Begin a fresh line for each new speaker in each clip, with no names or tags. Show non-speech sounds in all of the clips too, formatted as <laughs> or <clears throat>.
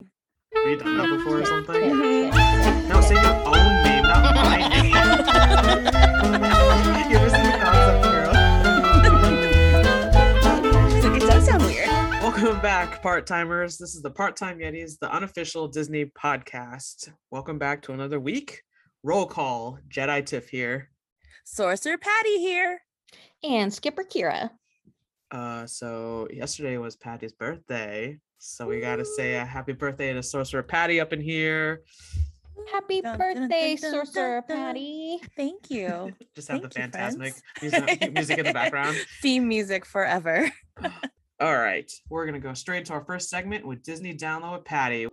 Have you done that before or something?
Mhm.
No, say your own name, <laughs> not
<laughs>
my name. You're missing the concept, girl.
It's like, it does sound weird.
Welcome back, part timers. This is the Part Time Yetis, the unofficial Disney podcast. Welcome back to another week. Roll call, Jedi Tiff here.
Sorcerer Patty here.
and Skipper Kira.
Uh, so yesterday was Patty's birthday, so we gotta say a happy birthday to Sorcerer Patty up in here.
Happy
Dun, dun, dun,
birthday,
dun, dun,
Sorcerer
dun.
Patty.
Thank you.
Just have the
Thank you,
fantasmic
friends.
<laughs> music, music in the background.
<laughs> Theme music forever. <laughs>
All right, we're gonna go straight to our first segment with Disney Download with Patty.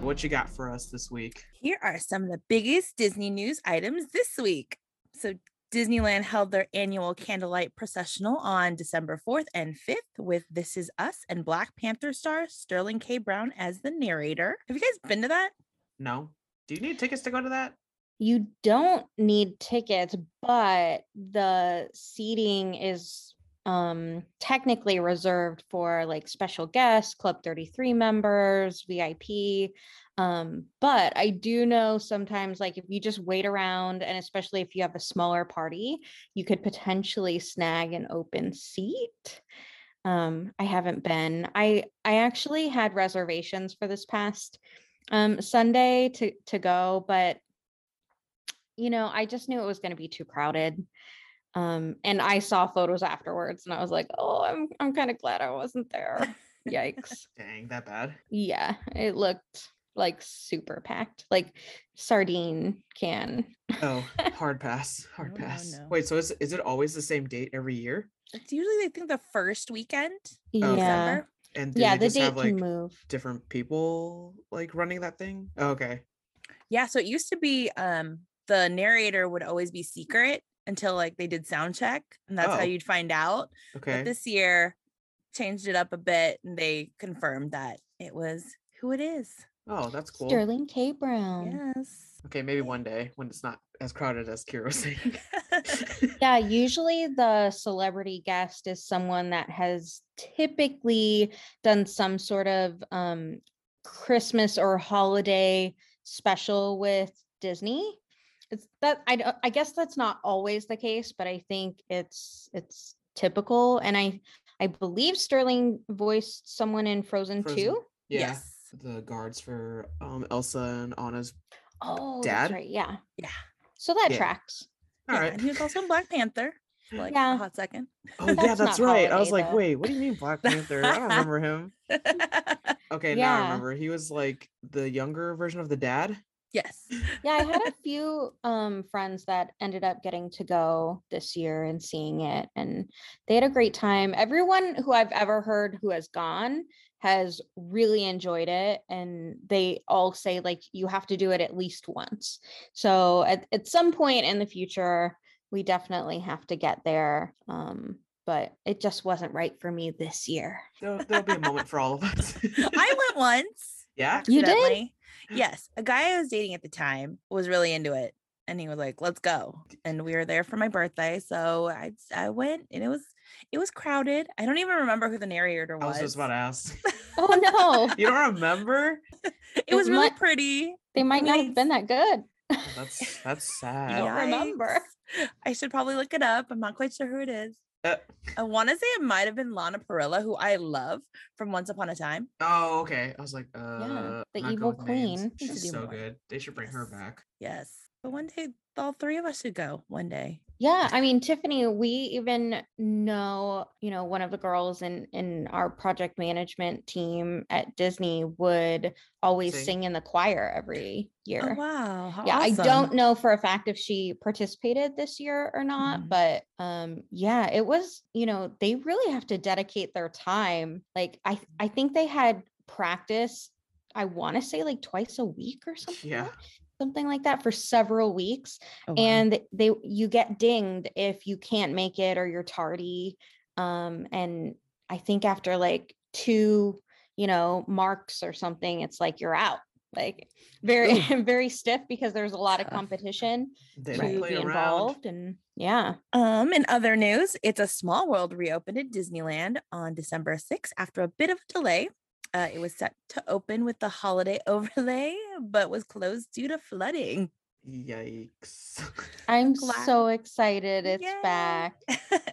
What you got for us this week?
Here are some of the biggest Disney news items this week. So, Disneyland held their annual candlelight processional on December 4th and 5th with This Is Us and Black Panther star Sterling K. Brown as the narrator. Have you guys been to that?
No, do you need tickets to go to that?
You don't need tickets, but the seating is um technically reserved for like special guests, Club 33 members, VIP. Um, but I do know sometimes like if you just wait around and especially if you have a smaller party, you could potentially snag an open seat. Um, I haven't been. I I actually had reservations for this past um Sunday to to go, but you know, I just knew it was going to be too crowded. Um, and I saw photos afterwards and I was like, oh, I'm I'm kind of glad I wasn't
<laughs>
there. Yikes.
Dang, that bad.
yeah, it looked like super packed, like sardine can.
Oh, hard pass, hard
No, no,
pass.
no.
Wait, so is is it always the same date every year?
It's usually, I think, the first weekend.
Yeah.
Okay.
December.
And do
Yeah,
Oh, they
the
just
date
have like
can move.
different people like running that thing? Oh, okay.
Yeah, so it used to be um the narrator would always be secret until like they did sound check and that's how
Oh.
you'd find out.
Okay.
But this year changed it up a bit and they confirmed that it was who it is.
oh, that's cool.
Sterling K. Brown.
Um.
Yes. <laughs>
Okay, maybe one day when it's not as crowded as Kira was saying. <laughs>
Yeah, usually the celebrity guest is someone that has typically done some sort of um, Christmas or holiday special with Disney. It's that I don't- I guess that's not always the case, but I think it's it's typical. And I I believe Sterling voiced someone in Frozen,
Frozen.
2.
yeah.
Yes.
The guards for um Elsa and Anna's.
Oh,
Dad?
that's right. Yeah.
Yeah.
So that
Yeah.
tracks.
All
yeah,
right.
And he was also in Black Panther for like
Yeah.
a hot second.
<laughs>
<laughs>
oh yeah,
That's
that's
not
right. I was
holiday,
like,
though.
wait, what do you mean Black Panther? I don't remember him. Okay, now I
Yeah.
remember. He was like the younger version of the dad.
yes.
yeah i had a few um friends that ended up getting to go this year and seeing it and they had a great time everyone who i've ever heard who has gone has really enjoyed it and they all say like you have to do it at least once so at, at some point in the future we definitely have to get there um but it just wasn't right for me this year
There'll, there'll be a moment for all of us. <laughs>
I went once.
yeah.
You did?
<laughs>
accidentally. Yes. A guy I was dating at the time was really into it. And he was like, let's go. And we were there for my birthday. So I I went and it was it was crowded. I don't even remember who the narrator
I
was.
was just about to ask. <laughs>
oh no
You don't remember?
It was
It
really
might-
pretty.
they might not have been that good
Oh, That's that's sad.
don't remember.
Yikes. I should probably look it up. I'm not quite sure who it is.
Uh,
I want to say it might have been Lana Perilla, who I love from Once Upon a Time.
oh, okay. I was like, uh, I'm
the
not
evil
good with names.
queen.
She's
Needs to do
so
more.
good. They should bring her
Yes.
back.
Yes. But one day, all three of us should go one day.
Yeah, I mean, Tiffany, we even know, you know, one of the girls in in our project management team at Disney would always
Sing.
sing, in the choir every
Oh,
year.
wow. how
Yeah, I
awesome.
don't know for a fact if she participated this year or not,
Mhm.
but um yeah, it was, you know, they really have to dedicate their time. Like I I think they had practice I want to say like twice a week or something.
Yeah.
like- Something like that for several weeks
Oh, wow.
and they you get dinged if you can't make it or you're tardy um and i think after like two you know marks or something it's like you're out like very <laughs> very stiff because there's a lot of
Tough.
competition
They
to
don't
be
play around.
involved and yeah
Um, in other news, It's a Small World reopened at Disneyland on December 6th after a bit of a delay. Uh, it was set to open with the holiday <laughs> overlay, but was closed due to flooding. <laughs>
Yikes. <laughs>
i'm
Glad-
so excited it's
Yay.
back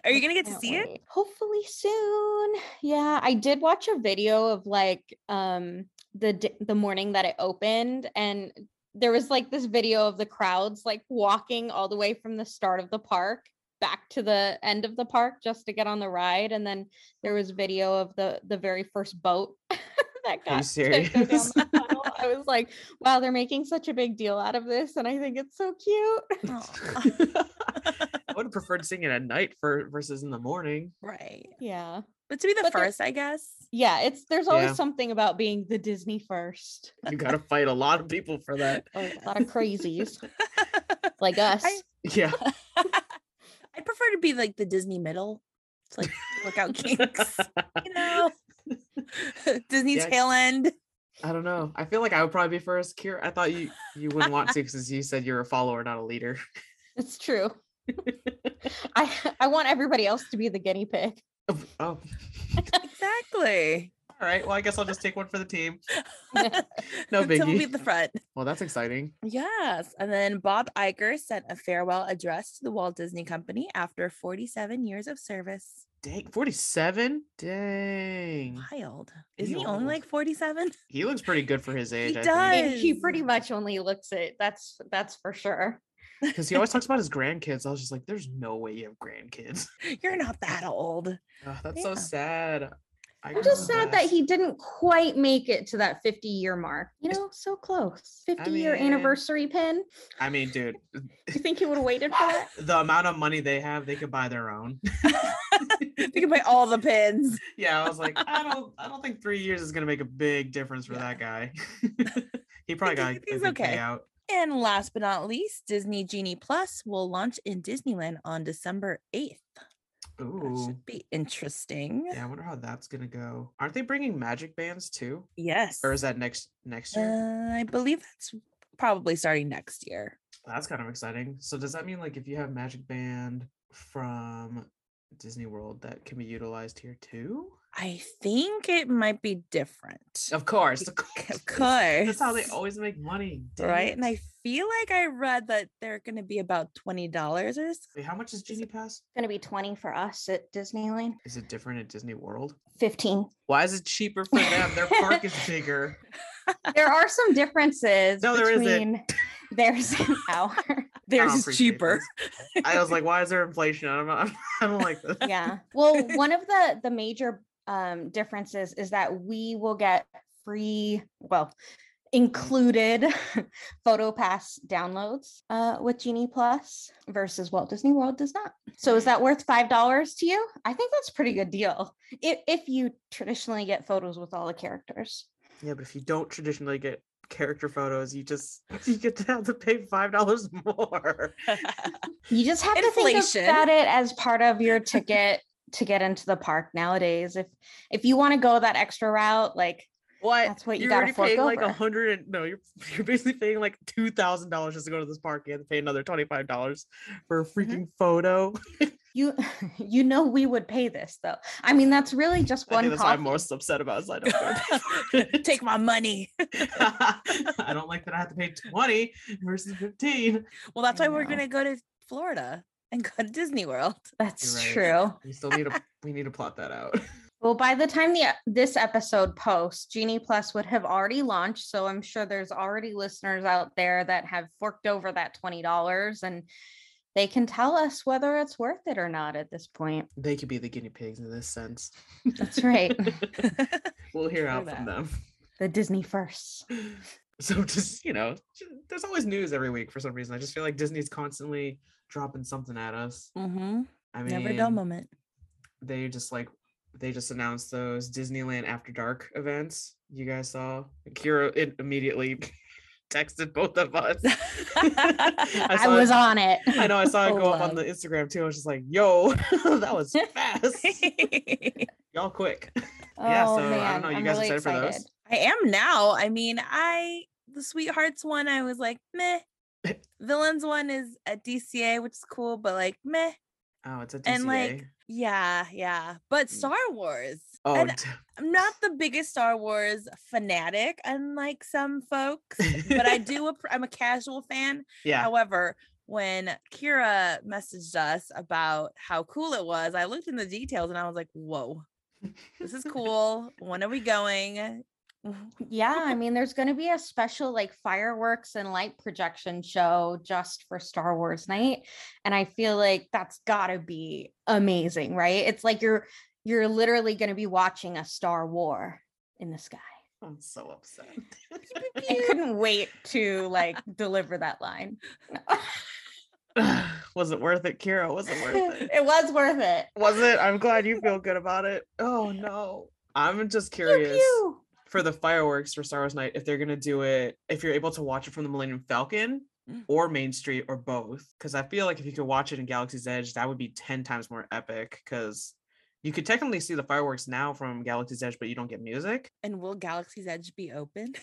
Are you
I
gonna get to
can't
see it?
wait. Hopefully soon. Yeah, I did watch a video of like um the d- the morning that it opened and there was like this video of the crowds like walking all the way from the start of the park back to the end of the park just to get on the ride and then there was video of the the very first boat <laughs>
Are you
that got to go down
serious?
the tunnel. I was like, wow, they're making such a big deal out of this and I think it's so cute. <laughs>
Aw,
I would have preferred seeing it at night for versus in the morning.
right.
Yeah.
But to be the
But they're-
first, I guess.
Yeah, it's there's always
Yeah.
something about being the Disney first.
You gotta fight a lot of people for that.
Oh, a lot of crazies like us.
Yeah.
I'd prefer to be like the Disney middle. It's like workout kinks, you <laughs> know. Disney
Yeah.
tail end.
I don't know. I feel like I would probably be first. Kier, I thought you you wouldn't want to since you said you're a follower, not a leader.
It's true. I I want everybody else to be the guinea pig.
Oh, all
Exactly.
right. Well, I guess I'll just take one for the
<laughs>
team. No
<laughs> Someone
biggie.
be at the front.
Well, that's exciting.
Yes. And then Bob Iger sent a farewell address to the Walt Disney Company after 47 years of service.
Dang, 47? Dang.
Mm. Wild.
He
Isn't he only
old.
like 47?
He looks pretty good for his age. I
does.
And he
Yes.
pretty much only looks it. That's that's for sure.
Because he always talks about his grandkids. I was just like, there's no way you have grandkids.
<laughs> You're not that <laughs> old.
Ugh, that's
Yeah.
so sad. I
I'm just
agree with
sad that he didn't quite make it to that 50 year mark. You know, so close. 50 year
mean-
anniversary pin.
I mean, dude,
You think he would have waited for that?
the amount of money they have, they could buy their own. <laughs>
You can buy all the pins.
yeah, I was like, I don't, I don't think three years is gonna make a big difference for
Yeah.
that guy. <laughs> he probably got a
He's
good
okay.
payout.
And last but not least, Disney Genie Plus will launch in Disneyland on December 8th. That
Ooh,
should be interesting.
yeah. I wonder how that's gonna go. Aren't they bringing Magic Bands too,
Yes.
or is that next next
uh,
year?
I believe that's probably starting next year.
That's kind of exciting. So does that mean like if you have Magic Band from Disney World that can be utilized here too?
I think it might be different.
Of course, of
Of
course.
course.
That's how they always make money, dang
right? And
it.
I feel like I read that they're going to be about twenty dollars or so.
Wait, how much is Genie Pass?
gonna be 20 for us at Disneyland.
Is it different at Disney World?
15.
Why is it cheaper for them? Their park is bigger.
There are some differences.
No, there isn't.
between There's an hour.
I don't
Theirs is
appreciate
cheaper.
this. I was like, why is there inflation? I don't know. <laughs> I don't like this.
yeah <laughs> well one of the the major um differences is that we will get free well included <laughs> photo pass downloads uh with genie plus versus walt disney world does not so is that worth five dollars to you i think that's a pretty good deal if, if you traditionally get photos with all the characters
Yeah, but if you don't traditionally get character photos, you just <laughs> you get to have to pay five dollars more.
you just have to
Inflation.
think about it as part of your ticket to get into the park nowadays if if you want to go that extra route like
What?
That's what you
You're
gotta
already
fork
paying like a
over.
hundred. and- No, you're <laughs> you're basically paying like two thousand dollars just to go to this park. You have to pay another twenty five dollars for a
Mm-hmm.
freaking photo.
You <laughs> you know we would pay this though. I mean that's really just
I think
one
that's what I'm
coffee.
most upset about. Is I don't
<laughs>
go to
<laughs> Take my money.
<laughs> I don't like that I have to pay twenty versus fifteen. <laughs>
Well, that's
I
why we're
know.
gonna go to Florida and go to Disney World.
That's
You're right.
true.
We still need to we need to plot that out.
Well, by the time the this episode posts, Genie Plus would have already launched, so I'm sure there's already listeners out there that have forked over that twenty dollars, and they can tell us whether it's worth it or not at this point.
They could be the guinea pigs in this sense.
That's right.
<laughs> We'll hear
True
out from
that.
them.
the Disney first.
<laughs> So just you know, j- there's always news every week for some reason. I just feel like Disney's constantly dropping something at us.
hmm
Mm-hmm. I mean,
<laughs> Never dull moment.
they just like they just announced those Disneyland After Dark events. You guys saw Kira it immediately <laughs> texted both of
<laughs>
us. <laughs>
I
I,
saw
was
it-
on it.
I know I saw it
Oh,
go up on
love.
the Instagram too. I was just like, "Yo, <laughs> that
<laughs>
was fast,
I
y'all quick." <laughs>
<laughs> Oh
yeah, so I don't
man,
know. You
I'm
guys
really
excited for those?
excited.
am now. I mean, I the sweethearts one, I was like,
<laughs>
meh. Villains one is at DCA, which is cool, but like, meh.
Oh, it's a DCA.
And, like, Yeah, yeah. But Star Wars.
oh,
and
d-
I'm not the biggest Star Wars fanatic, unlike some folks, <laughs>
<laughs>
but I do. appr- I'm a casual fan.
yeah.
However, when Kira messaged us about how cool it was, I looked in the details and I was like, whoa,
<laughs>
this is cool. when are we going?
Yeah, I mean, there's going to be a special like fireworks and light projection show just for Star Wars night, and I feel like that's got to be amazing, right? It's like you're you're literally going to be watching a Star War in the sky.
I'm so upset. <laughs>
I couldn't wait to like deliver that line.
was it worth it, Kira? Was it worth
<laughs>
it?
it was worth it.
Was it? I'm glad you feel good about it. Oh no. I'm just
Pew,
curious
pew.
for the fireworks for Star Wars Night if they're gonna do it if you're able to watch it from the Millennium Falcon
Mm.
or Main Street or both. Because I feel like if you could watch it in Galaxy's Edge, that would be ten times more epic. Because you could technically see the fireworks now from Galaxy's Edge, but you don't get music.
And will Galaxy's Edge be open?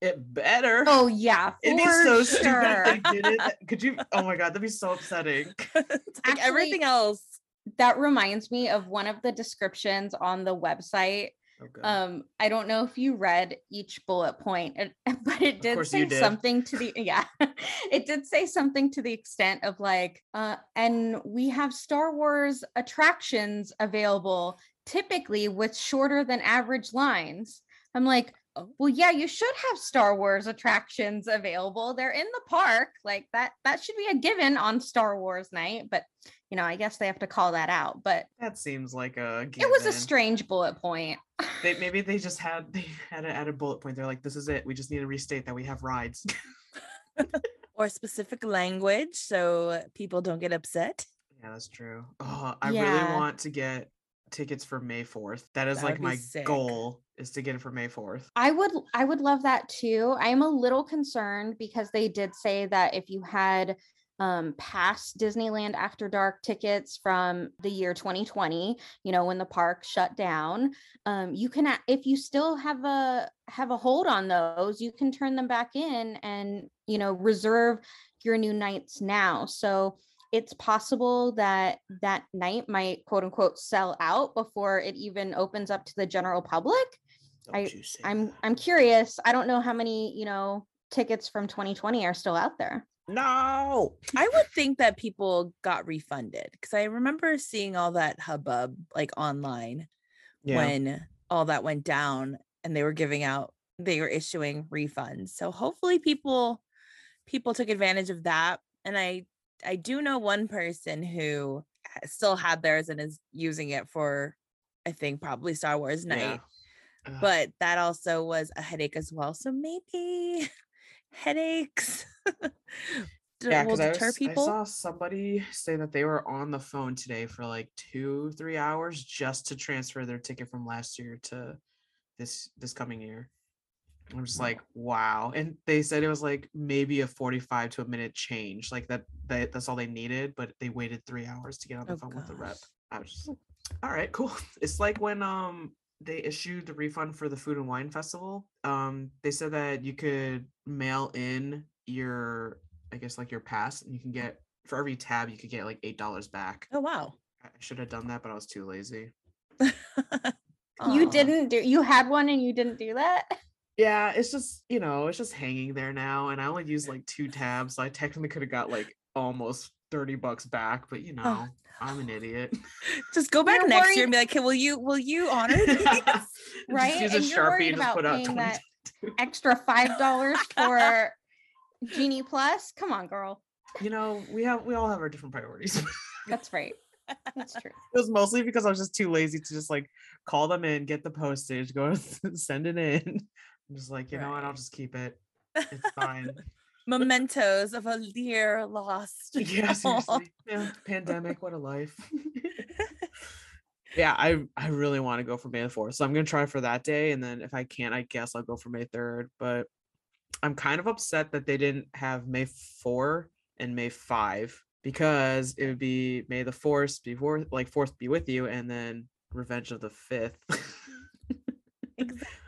It better.
Oh yeah, for
<laughs> It'd be so <laughs>
sure.
stupid if they
<laughs>
did it. Could you? Oh my god, that'd be so
<laughs>
upsetting.
It's like
Actually-
everything else.
that reminds me of one of the descriptions on the website
Oh, God.
um i don't know if you read each bullet point and- <laughs> but it did
course you
say
did.
something to the yeah <laughs> it did say something to the extent of like uh and we have star wars attractions available typically with shorter than average lines i'm like
Oh.
well yeah you should have star wars attractions available they're in the park like that that should be a given on star wars night but you know i guess they have to call that out but
that seems like a.
it was a
given.
strange bullet point
They, maybe they just had they had an added bullet point. They're like, this is it. We just need to restate that we have rides. <laughs>
Or specific language so people don't get upset.
Yeah, that's true. Oh, I really
Yeah.
want to get tickets for May 4th. That is
That would
like
be
my
sick.
goal is to get it for May 4th.
I would I would love that too. I'm a little concerned because they did say that if you had um past Disneyland After Dark tickets from the year 2020, you know, when the park shut down, um you can a- if you still have a have a hold on those, you can turn them back in and, you know, reserve your new nights now. So it's possible that that night might quote unquote sell out before it even opens up to the general public. I-
you say
I'm
that.
I'm curious. I don't know how many, you know, tickets from 2020 are still out there.
no.
I would think that people got refunded because I remember seeing all that hubbub like online
Yeah.
when all that went down and they were giving out they were issuing refunds. So hopefully people people took advantage of that and I I do know one person who ha- still had theirs and is using it for I think probably Star Wars night.
Yeah.
Ah.
Ugh,
But that also was a headache as well. So maybe <laughs> headaches <laughs> d-
yeah,
will
'cause I
deter
was-
people.
I saw somebody say that they were on the phone today for like two, three hours just to transfer their ticket from last year to this this coming year. I'm just like, wow. And they said it was like maybe a 45 to a minute change. Like that, that that's all they needed, but they waited three hours to get on the
Oh,
phone with the rep.
gosh.
I was just like, all right, cool. <laughs> It's like when um they issued the refund for the food and wine festival. Um, they said that you could mail in your, I guess like your pass, and you can get for every tab you could get like eight dollars back.
Oh wow.
I should have done that, but I was too lazy.
Aw.
You didn't do you had one and you didn't do that?
Yeah, it's just, you know, it's just hanging there now. And I only use like two tabs. So I technically could have got like almost 30 bucks back, but you know, I'm an <laughs> idiot.
Just go back
You're
next
worried-
year and be like, "Hey, will you will you
<laughs>
honor these?" <laughs>
Right?
<laughs> Just use
And
a
you're
Sharpie
worried
and just
about
put out
paying
20.
that- Extra five dollars
<laughs>
for Genie Plus? Come on, girl.
<laughs> You know, we have we all have our different priorities. it
That's right.
<laughs>
That's true.
was mostly because I was just too lazy to just like call them in, get the postage, go <laughs> send it in. I'm just like, you know what, I'll
Right.
just keep it. It's fine.
Mementos of a
<laughs>
year lost. <laughs>
yeah, <laughs> seriously. Yeah, pandemic, what a life. <laughs> yeah, I I really want to go for May the fourth, so I'm gonna try for that day, and then if I can't, I guess I'll go for May third. But I'm kind of upset that they didn't have May four and May five because it would be May the fourth before like fourth be with you, and then Revenge of the Fifth. <laughs>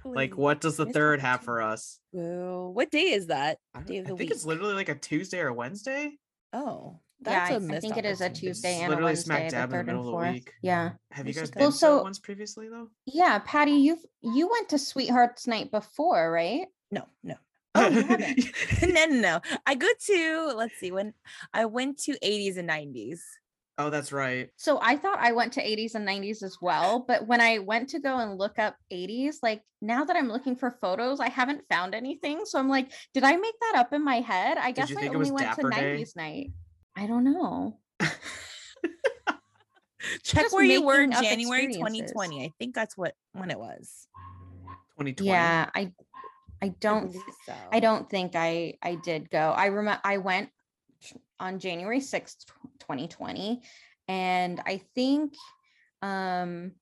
Like, what does the
Miss
third have for
Opportunity.
us?
Boo. What day is that?
I, don't-
Day of
I
the
think it's
week.
literally like a Tuesday or Wednesday.
Oh,
Yeah,
that's
I
a
I
missed
think it is a
opportunity.
Tuesday
It's
and a
literally smack
Wednesday, the
dab in the
third and
middle of the
fourth.
weck.
Yeah.
Have you
We
guys
should
been
go.
Well,
to
so-
once previously though?
Yeah, Patty, you've you went to Sweetheart's Night before, right?
No, no.
<laughs>
<laughs>
Oh, you haven't.
no, no, no. I go to, let's see, when I went to 80s and 90s.
<laughs> oh, that's right.
So I thought I went to 80s and 90s as well, but when I went to go and look up 80s, like now that I'm looking for photos, I haven't found anything. So I'm like, did I make that up in my head? I guess
you
I
think it was
only went to
Dapper Day?
90s night. I don't know.
Check
Just
where you were in
making up
January
experiences.
2020. I think that's what when it was.
2020.
Yeah, I I don't
believe so.
Oh.
I don't think I I did go. I remember I went t- on January 6th, tw- 2020, and I think um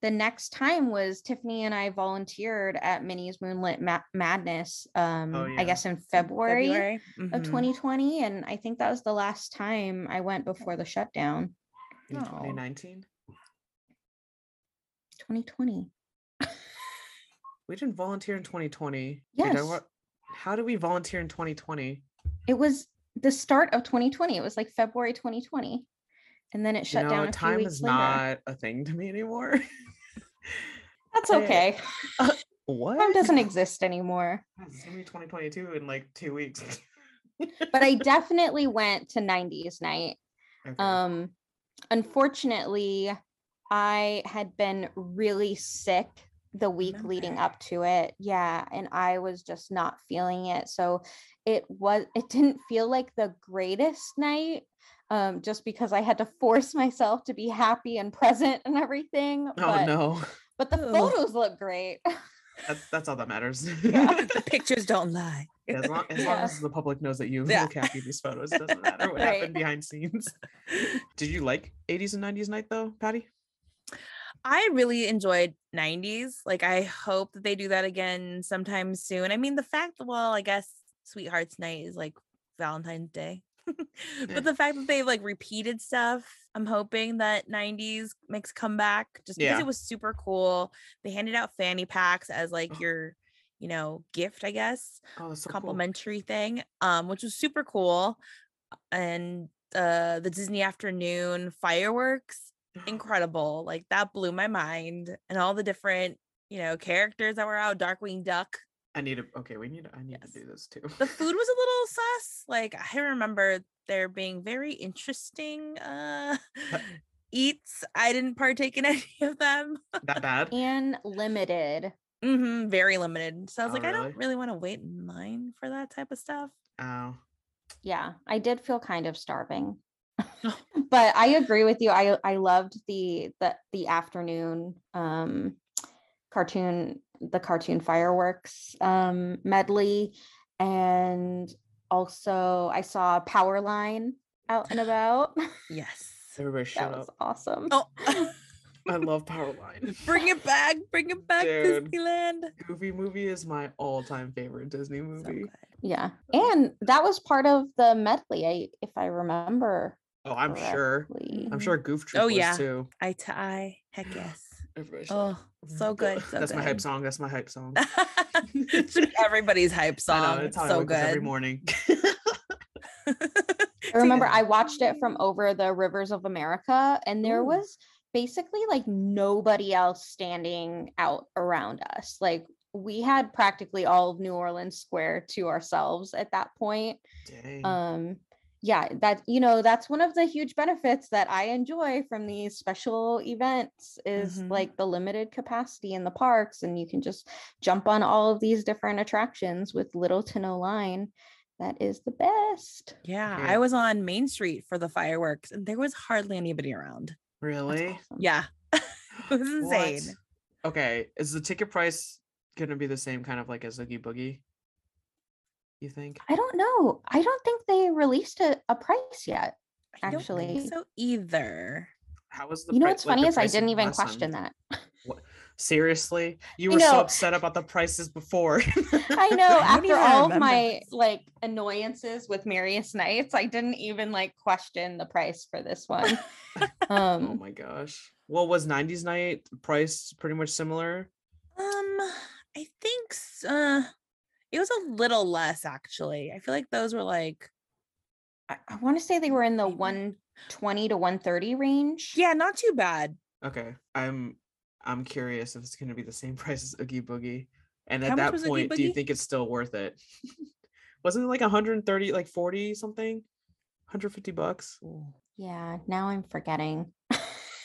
the next time was Tiffany and I volunteered at Minnie's Moonlit Ma- Madness um
Oh, yeah. Mm-hmm.
I guess in February, of
Mhm. <laughs>
2020 and I think that was the last time I went before the shutdown.
In
No.
2019.
2020.
We didn't volunteer in 2020.
Yes.
what? How did we volunteer in 2020?
It was the start of 2020. It was like February 2020. And then it shut
you know,
down a few
time
weeks
is
later.
not a thing to me anymore. <laughs>
That's
Hey,
okay.
what? <laughs>
Time doesn't exist anymore.
It's gonna be 2022 in like two weeks. <laughs>
But I definitely went to 90s night.
Okay.
Um unfortunately, I had been really sick the week leading
Remember.
up to it. Yeah, and I was just not feeling it. So it was it didn't feel like the greatest night um just because I had to force <laughs> myself to be happy and present and everything.
oh
but
no, <laughs>
but the
Ugh.
photos look great.
that's that's all that matters. <laughs>
Yeah.
The pictures don't lie.
As long, as, long
Yeah.
as the public knows that you
Yeah.
look happy in these photos, it doesn't matter
<laughs>
what
Right.
happened behind scenes. Did you like 80s and 90s night though, Patty?
I really enjoyed 90s. Like I hope that they do that again sometime soon. I mean, the fact well, I guess Sweethearts Night is like Valentine's Day. <laughs>
Yeah.
but the fact that they've like repeated stuff, I'm hoping that 90s makes a comeback just because
Yeah.
it was super cool. They handed out fanny packs as like your, you know, gift, I guess
Oh, that's so cool.
complimentary thing, um, which was super cool. And uh, the Disney afternoon fireworks,
Mm-hmm.
incredible. Like that blew my mind. And all the different, you know, characters that were out, Darkwing Duck.
I need a okay. We need. I need
Yes.
to do this too.
The food was a little sus. Like I remember there being very interesting uh <laughs> eats. I didn't partake in <laughs> any of them.
<laughs> that
<laughs>
bad.
and limited.
hmm very limited. So I was
Oh,
like, I
really?
don't really want to wait in line for that type of stuff.
Oh,
Yeah, I did feel kind of starving.
Oh.
<laughs> but I agree with you. I I loved the the the afternoon um cartoon the cartoon fireworks um medley and also I saw power line out
<gasps>
and about. <laughs>
Yes.
everybody shut
that was
up.
awesome.
<laughs>
Oh, <laughs>
I love Powerline.
Bring it back. Bring it back,
Dude.
Disneyland.
Goofy movie is my all-time favorite Disney
So
movie.
good.
Yeah. And that was part of the medley, I if I remember.
oh, I'm
correct.
sure. I'm sure Goof Troop
Oh,
was
yeah.
too.
Eye to eye. Heck yes.
Everybody shut up. Mm,
Oh, so good.
<laughs>
So
That's
good.
my hype song. That's my hype
<laughs>
song.
Should be everybody's hype
I
song.
know, it's how I
so
wake up every
good.
morning. <laughs>
I remember
Yeah.
I watched it from over the rivers of America, and there
Ooh.
was basically like nobody else standing out around us. Like we had practically all of New Orleans Square to ourselves at that point.
Dang.
Um, yeah, that you know, that's one of the huge benefits that I enjoy from these special events is
Mhm.
like the limited capacity in the parks, and you can just jump on all of these different attractions with little to no line. That is the best.
Yeah,
Okay.
I was on Main Street for the fireworks and there was hardly anybody around.
That's
really?
awesome.
Yeah.
<laughs>
it
What?
was insane.
Okay. Is the ticket price gonna be the same kind of like as Oogie Boogie? You think?
I don't know. I don't think they released a, a price yet.
I don't think
Actually-
so either.
How was the
You know
pri-
what's
like,
funny
the
is I
pricing
didn't even
last time?
question
<laughs>
that. <laughs>
Seriously? You
I
were so
know.
upset about the prices before. <laughs>
I know
I don't
after
even
all of
remember
my
this.
like annoyances with Marius Knights, I didn't even like question the price for
<laughs>
this one.
Oh
Um
my gosh. Well, was 90s night price pretty much similar?
Uh, Um, I think s- uh, it was a little less actually. I feel like those were like
I, I want to say they were in the
Maybe.
120 to 130 range.
Mm-hmm. yeah, not too bad.
Okay, I'm I'm curious if it's gonna be the same <laughs> price as Oogie Boogie. And
How
at
much
that
was Oogie
point, do you
Boogie?
think it's still worth it? <laughs> Wasn't it like 130, like 40 something? 150 bucks?
<laughs>
Yeah, now I'm forgetting.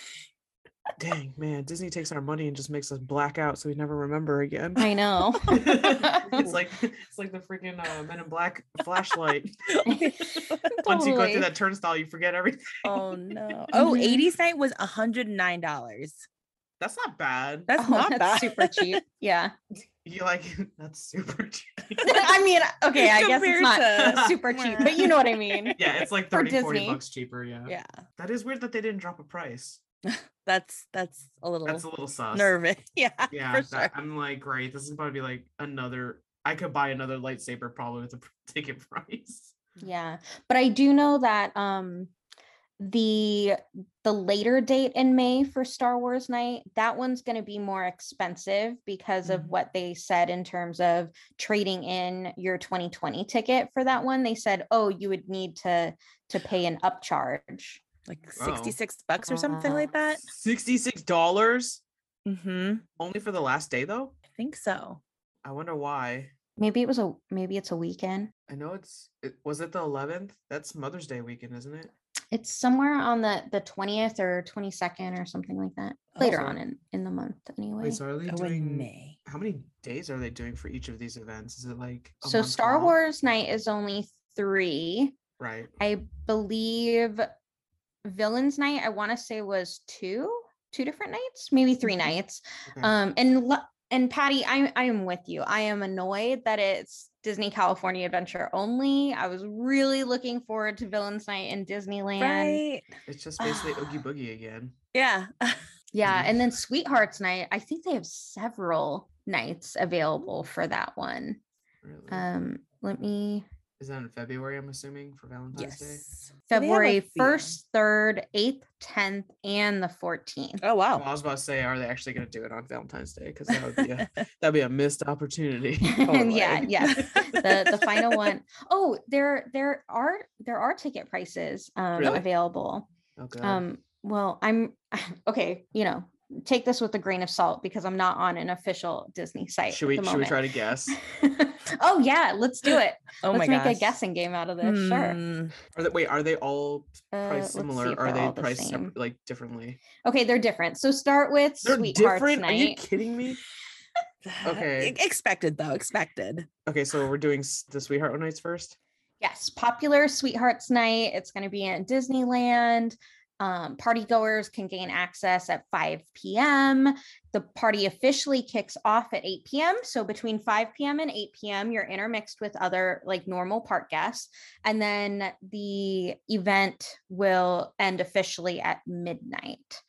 <laughs>
Dang, man, Disney takes our money and just makes us black out so we never remember again.
I know.
<laughs> it's like it's like the freaking uh, Men in Black
<laughs>
flashlight. Once you go
Totally.
through that turnstile, you forget everything.
<laughs> oh no. Oh,
Mhm.
80s night was $109.
That's not bad.
<laughs> That's
Oh,
not bad.
that's super cheap.
<laughs>
Yeah. <laughs>
you like <laughs> that's super cheap.
I mean, okay,
<laughs>
I guess
Compared
it's not
to-
super cheap, but you know what I mean.
Yeah, it's like
For
30, 40
Disney.
bucks cheaper. Yeah.
Yeah.
That is weird that they didn't drop a price.
That's that's a little
That's a little sus.
nervous. <laughs> Yeah.
Yeah.
for
that- I'm like, great. This is going to be like another. I could buy another lightsaber probably with the pr- <laughs> ticket price.
Yeah. But I do know that um the the later date in May for Star Wars night, that one's going to be more expensive because of
Mhm.
what they said in terms of trading in your 2020 ticket for that one. They said, "Oh, you would need to to pay an upcharge."
Like
Wow.
66 bucks or something like that.
Sixty-six dollars
Mm-hmm.
only for the last day though.
I think so.
I wonder why.
Maybe it was a maybe it's a weekend.
I know it's. It, was it the 11th? That's Mother's Day weekend, isn't it?
It's somewhere on the the 20th or 22nd or something like that.
Oh,
Later
so-
on in in the month anyway.
Wait, so are they
Oh, in
doing?
May.
How many days are they doing for each of these events? Is it like a
so
month
Star
long?
Wars night is only 3.
Right.
I believe Villains Night, I want to say was two, two different nights, maybe three
Mm-hmm.
Mhm.
nights.
Okay.
Um, and lo- and Patty, I I am with you. I am annoyed that it's Disney California Adventure only. I was really looking forward to Villains Night in Disneyland.
Right.
It's just
<sighs>
basically Oogie Boogie again.
Yeah. <laughs>
Yeah,
Mm-hmm.
Mhm.
and then Sweethearts Night. I think they have several nights available for that one.
Really.
Um, let me
Is that in February? I'm assuming for Valentine's Day.
yes. So they have a
February
theme.
first, third, eighth, tenth, and the fourteenth.
Oh
Well,
<laughs> wow.
I was about to say, are they actually going to do it on Valentine's Day? Because that would be
<laughs>
a, that'd be a missed opportunity.
yeah,
<laughs>
totally.
yeah. The the final one. Oh, there there are there are ticket prices um
Really?
available.
Oh, God.
Um well, I'm <sighs> okay, you know, take this with a grain of salt because I'm not on an official Disney site.
should we should we try to
<laughs>
guess?
oh yeah, let's do it.
Oh
let's
my
make
gosh.
a guessing game out of this. Sure.
<sighs> Mm,
Are they, wait, are they all
Uh,
priced
let's see
Hmm. similar?
if
Are
they're
they
all the
priced
same.
separ- like differently?
Okay, they're different. So start with
They're
Sweethearts
different. Are you
Night.
kidding me? Okay.
E- Expected though. Expected.
Okay, so we're doing s- the Sweetheart Nights first.
Yes, popular Sweethearts Night. It's going to be in Disneyland. Um, party goers can gain access at 5 p.m. The party officially kicks off at 8 p.m. So between 5 p.m. and 8 p.m., you're intermixed with other like normal park guests. And then the event will end officially at midnight.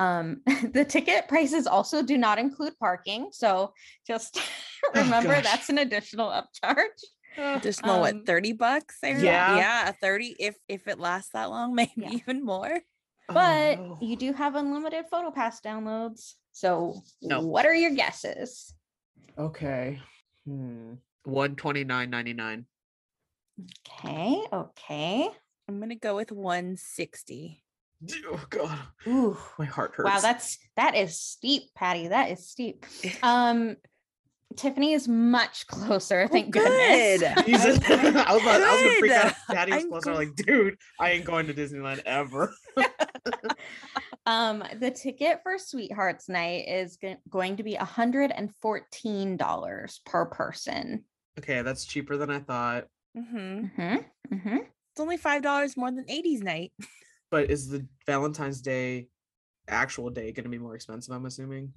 Um, <laughs> the ticket prices also do not include parking. So just <laughs>
Oh,
remember
gosh.
that's an additional upcharge.
Additional
Um,
what? Thirty bucks? I heard?
yeah.
Yeah. Thirty. If if it lasts that long, <laughs> maybe
Yeah.
even more.
Oh,
but
no.
you do have unlimited PhotoPass downloads. So,
No.
what are your guesses?
okay. Hmm. One twenty nine ninety nine.
Okay, okay.
I'm gonna go with 160.
Oh God,
Ooh,
my heart hurts.
wow, that's that is steep, Patty. That
<laughs>
is steep. Um, Tiffany is much <laughs> closer.
Oh,
Thank goodness. <laughs>
<laughs>
good.
Jesus. I was, about, I was gonna freak
Good.
out. Daddy was
I'm
closer.
gl-
Like, dude, I ain't going to Disneyland ever.
Um, the ticket for Sweethearts Night is go- going to be hundred and fourteen dollars per person.
Okay, that's cheaper than I thought.
Mm-hmm.
Mhm, mhm.
It's only five dollars more than
<laughs>
80s night.
But is the Valentine's Day actual day going to be more expensive? I'm assuming.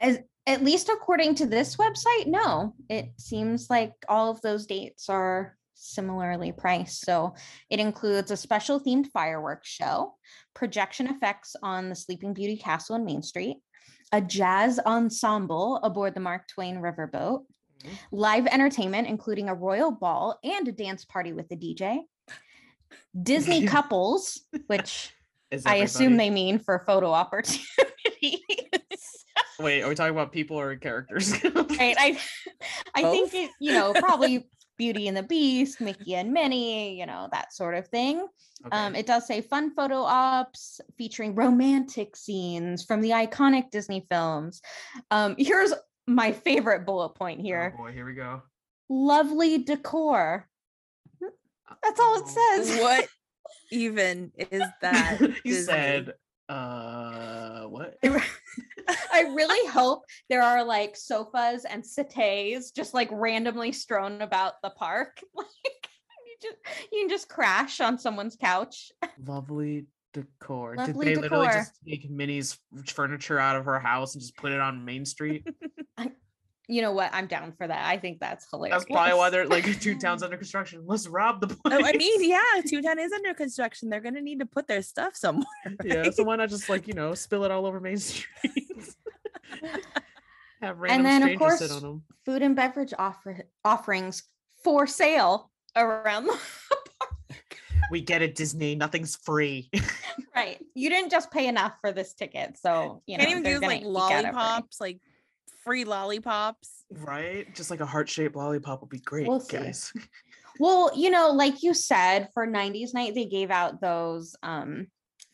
At least according to this website, no. It seems like all of those dates are similarly priced. So it includes a special themed fireworks show, projection effects on the Sleeping Beauty Castle on Main Street, a jazz ensemble aboard the Mark Twain Riverboat,
Mhm.
live entertainment, including a royal ball and a dance party with a DJ,
<laughs>
Disney couples, which
Is
I assume
everybody-
they mean for photo opportunities.
Wait, are we talking about people or
<laughs>
characters? <laughs>
right? I I
Both?
think it, you know, probably Beauty and the Beast, Mickey and Minnie, you know, that sort of thing. Um,
Okay.
it does say fun photo ops featuring romantic scenes from the iconic Disney films. Um, <laughs> here's my favorite bullet point here.
Oh boy, here we go.
Lovely decor. Hmm, That's all it
Oh.
says.
what even is
<laughs>
that?
you
Disney?
said, uh,
<laughs>
what?
I really hope there are like sofas and settees just like randomly strewn about the park. <laughs> Like you just you can just crash on someone's couch.
Lovely decor.
Lovely
Did they literally
decor.
just take Minnie's f- furniture out of her house and just put it on Main
<laughs>
Street?
You know what? I'm down for that. I think that's hilarious.
That's probably why they're like two
<laughs>
towns under construction. Let's rob the place. <laughs>
Oh, I mean, yeah, Toontown is under construction. They're gonna need to put their stuff somewhere.
yeah. So why not just like you know spill it all over Main Street? <laughs> Have random
then, of
strangers sit
course-
on them.
food and beverage offer- offerings for sale around the
We get it, Disney. Nothing's free. <laughs>
right. You didn't just pay enough for this ticket, so you know
Can't even
they're
do
gonna
like
eke out a pretty-
lollipops, like free lollipops.
right? Just like a heart shaped lollipop would be great,
We'll see.
guys. <laughs>
Well, you know, like you said, for 90s night, they gave out those um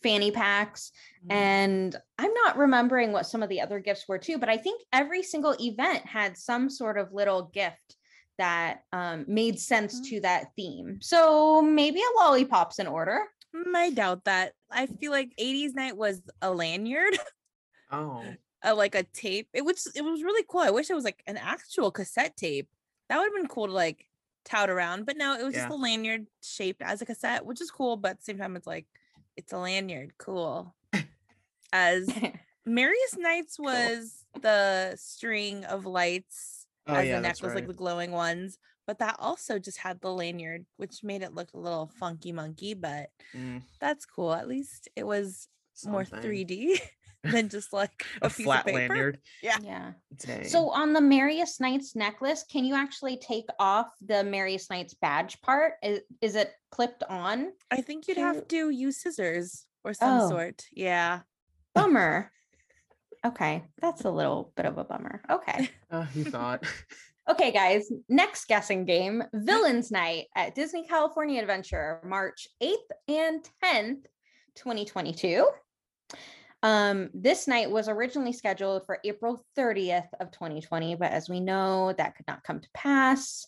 fanny packs.
Mm.
And I'm not remembering what some of the other gifts were too, but I think every single event had some sort of little gift that um, made sense to that theme. So maybe a lollipop's in order.
Mm, I doubt that. I feel like 80s night was a lanyard,
Oh,
uh, like a tape. It was it was really cool. I wish it was like an actual cassette tape. That would have been cool to like tout around. But no, it was just
Yeah.
a lanyard shaped as a cassette, which is cool. But at the same time, it's like it's a lanyard. Cool. As
<laughs>
Marius Knights was the string of lights
oh
as
yeah,
the
that's
necklace,
right.
like the glowing ones. But that also just had the lanyard, which made it look a little funky monkey, but
Mm,
that's cool. At least it was more
something.
3D <laughs> than
<laughs>
just like a,
A
piece
flat
of paper.
lanyard.
yeah.
Dang.
So on the Marius Knights necklace, can you actually take off the Marius Knights badge part? Is, is it clipped on?
I think you'd
Cute.
have to use scissors or some
Oh.
sort. Yeah. <laughs>
Bummer. Okay, that's a little bit of a bummer. Okay.
Uh, you thought. <laughs>
Okay, guys, next guessing game Villains Night at Disney California Adventure, March 8th and 10th, 2022. Um, this night was originally scheduled for April 30th of 2020, but as we know, that could not come to pass.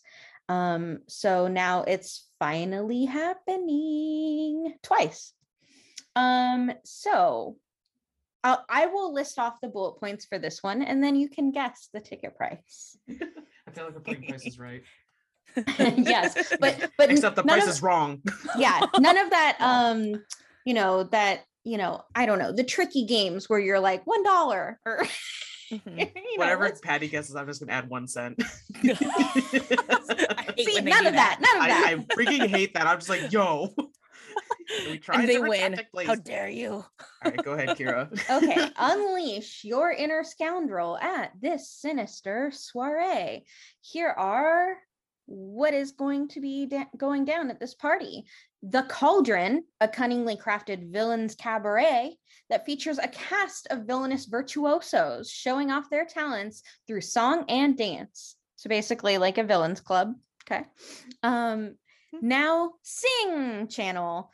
Um, so now it's finally happening twice. Um, so I'll, I will list off the bullet points for this one, and then you can guess the ticket price.
I feel like I'm putting prices right.
yes,
<laughs>
but but <laughs> n-
Except the
none
price
of-
is wrong.
<laughs>
<laughs>
yeah, none of that. Um, you know that you know I don't know the tricky games where you're like one dollar or <laughs>
Mhm.
you know,
Whatever
let's-
Patty guesses, I'm just gonna add one
<laughs>
cent.
<laughs> I hate
See,
when they
none
do
of that, none of that.
<laughs> I, I freaking hate that. I'm just like, yo. <laughs> Can we try a
and they
different
win.
tactic, please?
How dare you?
All right, go ahead,
<laughs>
Kira.
okay, unleash your inner scoundrel at this sinister soiree. Here are what is going to be da- going down at this party. The Cauldron, a cunningly crafted villain's cabaret that features a cast of villainous virtuosos showing off their talents through song and dance. So basically, like a villains club. Okay. Um, now, Sing Channel.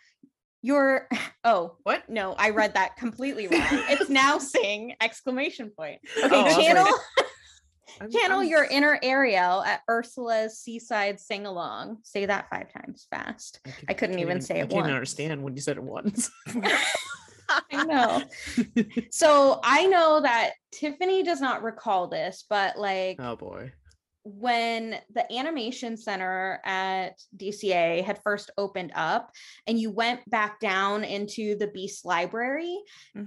Your <laughs> oh
What?
no, I read that completely wrong.
<laughs>
It's now sing exclamation point.
Oh,
Okay,
I was like, <laughs>
channel
I'm-
channel
I'm-
your inner Ariel at Ursula's seaside sing along. Say that five times fast.
can-
I couldn't
can't
even say
I
it
can't
once.
even understand when you said it
<laughs>
once. <laughs>
I know. so I know that Tiffany does not recall this, but like
Oh boy.
when the animation center at DCA had first opened up and you went back down into the Beast Library,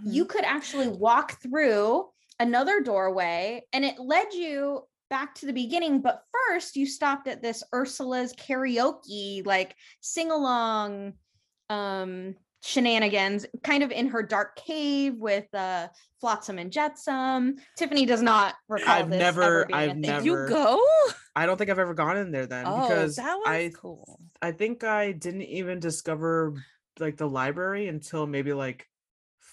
you could actually walk through another doorway and it led you back to the beginning but first you stopped at this ursula's karaoke like sing along um shenanigans kind of in her dark cave with uh flotsam and jetsam tiffany does not recall
I've
this ever
never-
being a
I've
thing.
Did
never-
you go?
I don't think I've ever gone in there then
Oh,
because
that was
I
cool.
I think I didn't even discover like the library until maybe like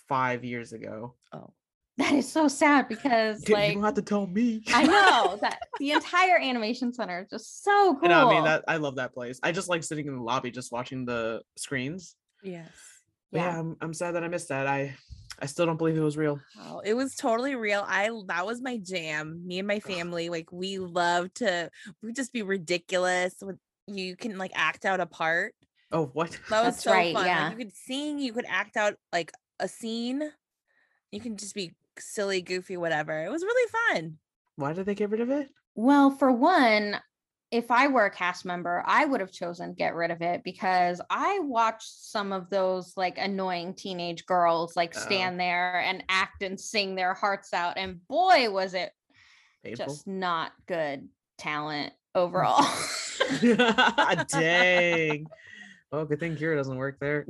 five years ago.
Oh.
<laughs> That is so sad because
Dude, you
like
don't have to tell me.
I
<laughs>
know that the entire animation center is just so cool.
And I mean that I love that place. I just like sitting in the lobby just watching the screens.
Yes.
But yeah, I'm, I'm sad that I missed that. I I still don't believe it was real.
Oh, it was totally real. I l- that was my jam. Me and my family, like we love to we would just be ridiculous when you can like act out a part.
Oh, what? <laughs>
That was
That's
so
right,
fun.
yeah.
Like, you could sing, you could act out like a scene. You can just be silly, goofy, whatever. It was really fun. <laughs>
Why did they get rid of it?
Well, for one, if I were a cast member, I would have chosen to get rid of it because I watched some of those like annoying teenage girls like
Oh.
stand there and act and sing their hearts out. And boy, was it
Painful. <laughs>
just not good talent overall. <laughs>
Dang. Well, good thing Kira doesn't work
<laughs>
there.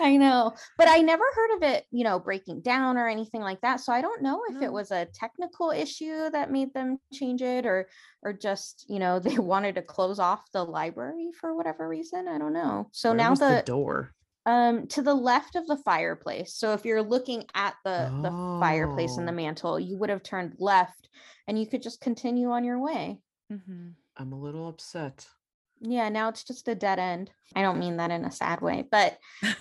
I know, but I never heard of it, you know, breaking down or anything like that. So I don't know if
No.
it was a technical issue that made them change it or or just, you know, <laughs> they wanted to close off the library for whatever reason. I don't know. So
Where
now
was
the,
door.
um to the left of the fireplace. So if you're looking at the the fireplace and the
Oh.
mantle, you would have turned left and you could just continue on your way.
Mhm.
I'm a little upset.
Yeah, now it's just a dead end. I don't mean that in a sad way,
<laughs>
but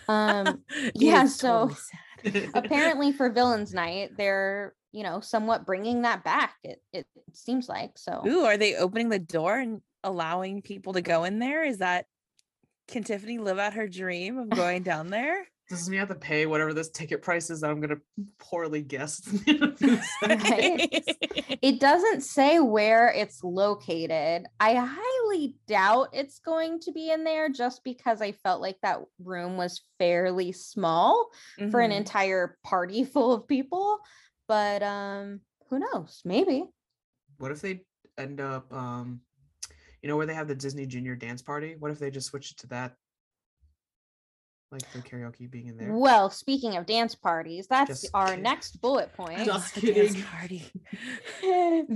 um
It
yeah,
is totally
so-
sad.
<laughs>
<laughs> apparently for villains night they're you know somewhat bringing that back it it seems like so
Ooh, are they opening the door and allowing people to go in there? Is that can Tiffany live out her dream
<laughs>
of going down there? <laughs>
Doesn't you have to pay whatever this ticket price is that I'm gonna poorly
<laughs>
guess? <laughs>
Right? it doesn't say where it's located i highly doubt it's going to be in there just because i felt like that room was fairly small for
Mm-hmm.
an
Mhm.
entire party <laughs> full of people but um who knows maybe
what if they end up um you know where they have the Disney Junior dance party? What if they just switch it to that? Like the karaoke being in there.
well speaking of dance parties that's
Just
our
kidding.
next bullet
Mm-hmm.
point
Just
The dance
kidding.
<laughs> party. Mm-hmm,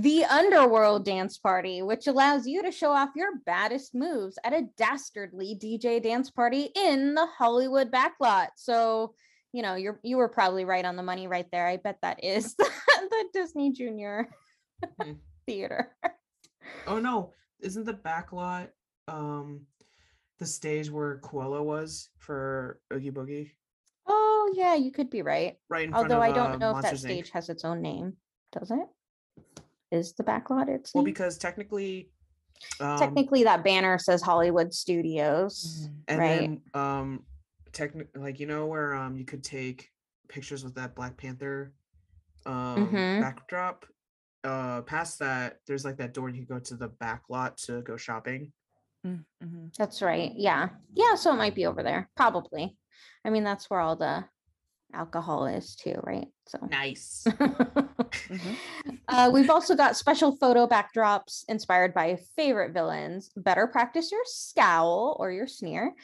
<laughs> the underworld dance party which allows you to show off your baddest moves at a dastardly dj dance party in the hollywood backlot so you know you're you were probably right on the money right there i bet that is <laughs> the, disney junior
Hmm.
<laughs> theater
Oh no, isn't the back lot um the stage where Coelho was for Oogie Boogie?
oh yeah you could be right
Right in
although
front
i
of
don't
uh,
know if that
Monsters Inc.
stage has its own name does it is the backlot its
Well,
name?
because technically, um,
technically that banner says hollywood studios
Mhm.
and
right.
then um, techni- like you know where um you could take pictures with that Black Panther um
Mhm.
backdrop. Uh, past that, there's like that door you can go to the back lot to go shopping. <laughs>
Mm, mhm.
That's right. Yeah. Yeah. So it might be over there. Probably. I mean, that's where all the alcohol is too, right? So. <laughs>
Nice.
uh, we've also got special photo backdrops inspired by favorite villains. Better practice your scowl or your sneer,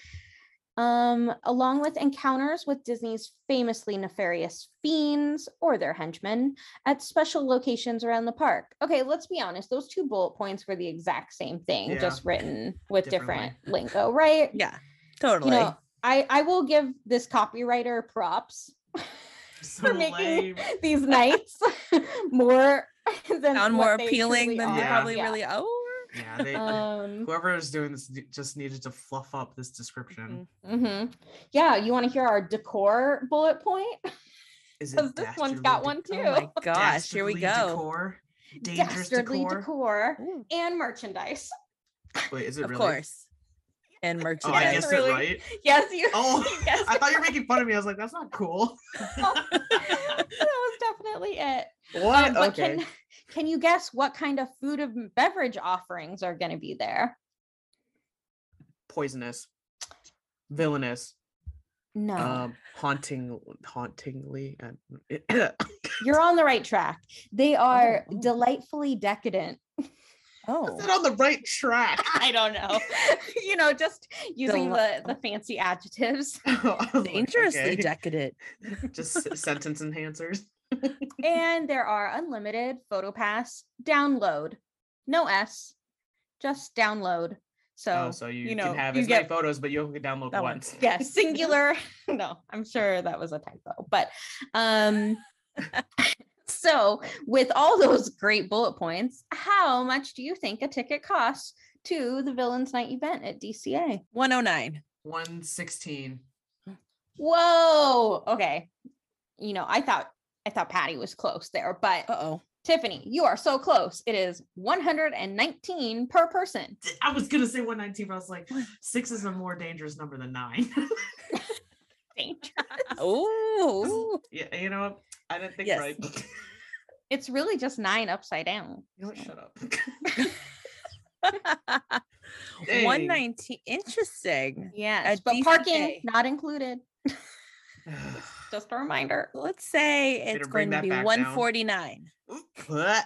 um, along with encounters with Disney's famously nefarious fiends or their henchmen at special locations around the park. Okay, let's be honest; those two bullet points were the exact same thing,
Yeah.
just written with
Differently.
different lingo, right?
Yeah, totally.
You know, I I will give this copywriter props <laughs>
so
making-
lame.
<laughs> these nights more <laughs> than
Sound
what
more
they
appealing
truly
than they
are.
Yeah.
probably
Yeah.
really oh, are.
Yeah, they, <laughs>
Um,
whoever is doing this ne- just needed to fluff up this description.
Mhm.
mhm. Yeah, you want to hear our decor bullet point? <laughs>
Is
Because Oh, this one's
dastardly
got
de-
one too.
Oh <laughs> my gosh, here we
dastardly
go.
Decor, dangerous
Dastardly
decor.
decor.
Ooh,
and merchandise. <laughs>
Wait, is it
Of
really?
course. And
Oh, I
Yes,
merchandise.
guessed
really.
it
<laughs>
right.
Yes, you.
Oh, <laughs>
you guessed
I
it.
thought you were making fun of me. I was like, that's not cool. <laughs>
that was definitely it.
what?
Um, but
Uh, okay.
can can you guess what kind of food and beverage offerings are going to be there?
Poisonous, villainous,
No,
um, haunting, hauntingly. <coughs> uh,
you're on the right track. They are
oh.
delightfully decadent.
<laughs> is
Oh,
it on the right track? <laughs>
I don't know. <laughs> you know, just using
Deli-
the, the
<laughs>
fancy adjectives.
I was like,
<laughs> dangerously
okay.
decadent.
Just s- sentence
<laughs>
enhancers.
and there are unlimited photo pass download. No S, just download. So,
oh, so you,
you know,
can have
you
as many
get-
photos, but you only can download
That one.
once. <laughs>
<laughs>
<laughs>
yeah, singular. no, I'm sure that was a typo, but um So, with all those great bullet points, how much do you think a ticket costs to the Villains Night event at DCA?
109.
116.
Whoa. Okay. You know, I thought I thought Patty was close there, but
Uh <laughs> oh.
Tiffany, you are so close. It is 119 per person.
I was gonna say 119, but I was like, six is a more dangerous number than nine. <laughs>
Dangerous.
Oh.
yeah, you know what? I didn't think
Yes.
right.
It's really just nine upside down.
You're like, shut
<laughs>
up. <laughs> <sighs>
119. Interesting.
Yes,
At
but
DCA.
parking not included. Just a reminder.
Let's say
Better
it's
bring
going to
that back
be
down.
149.
what?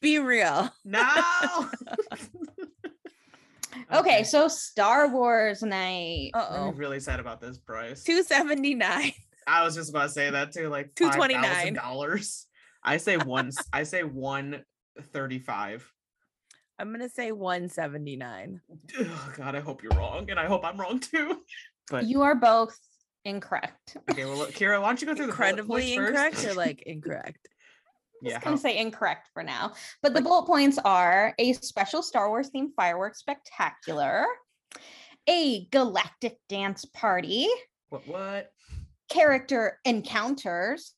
Be real. <laughs>
No.
Okay, so Star Wars night.
I'm
Uh oh.
really sad about this price.
279.
I was just about to say that too, like five thousand
$229.
dollars. I say one. I say one thirty-five.
<laughs> I'm going to say 179.
Oh God, I hope you're wrong, and I hope I'm wrong too. But
you are both incorrect.
okay, well, look, Kira, why don't you go through the bullet
Incredibly
points first?
incorrect or like incorrect?
yeah,
I'm gonna
how-
say incorrect for now. But the bullet points are a special Star Wars themed fireworks spectacular, a galactic dance party,
what? What?
character encounters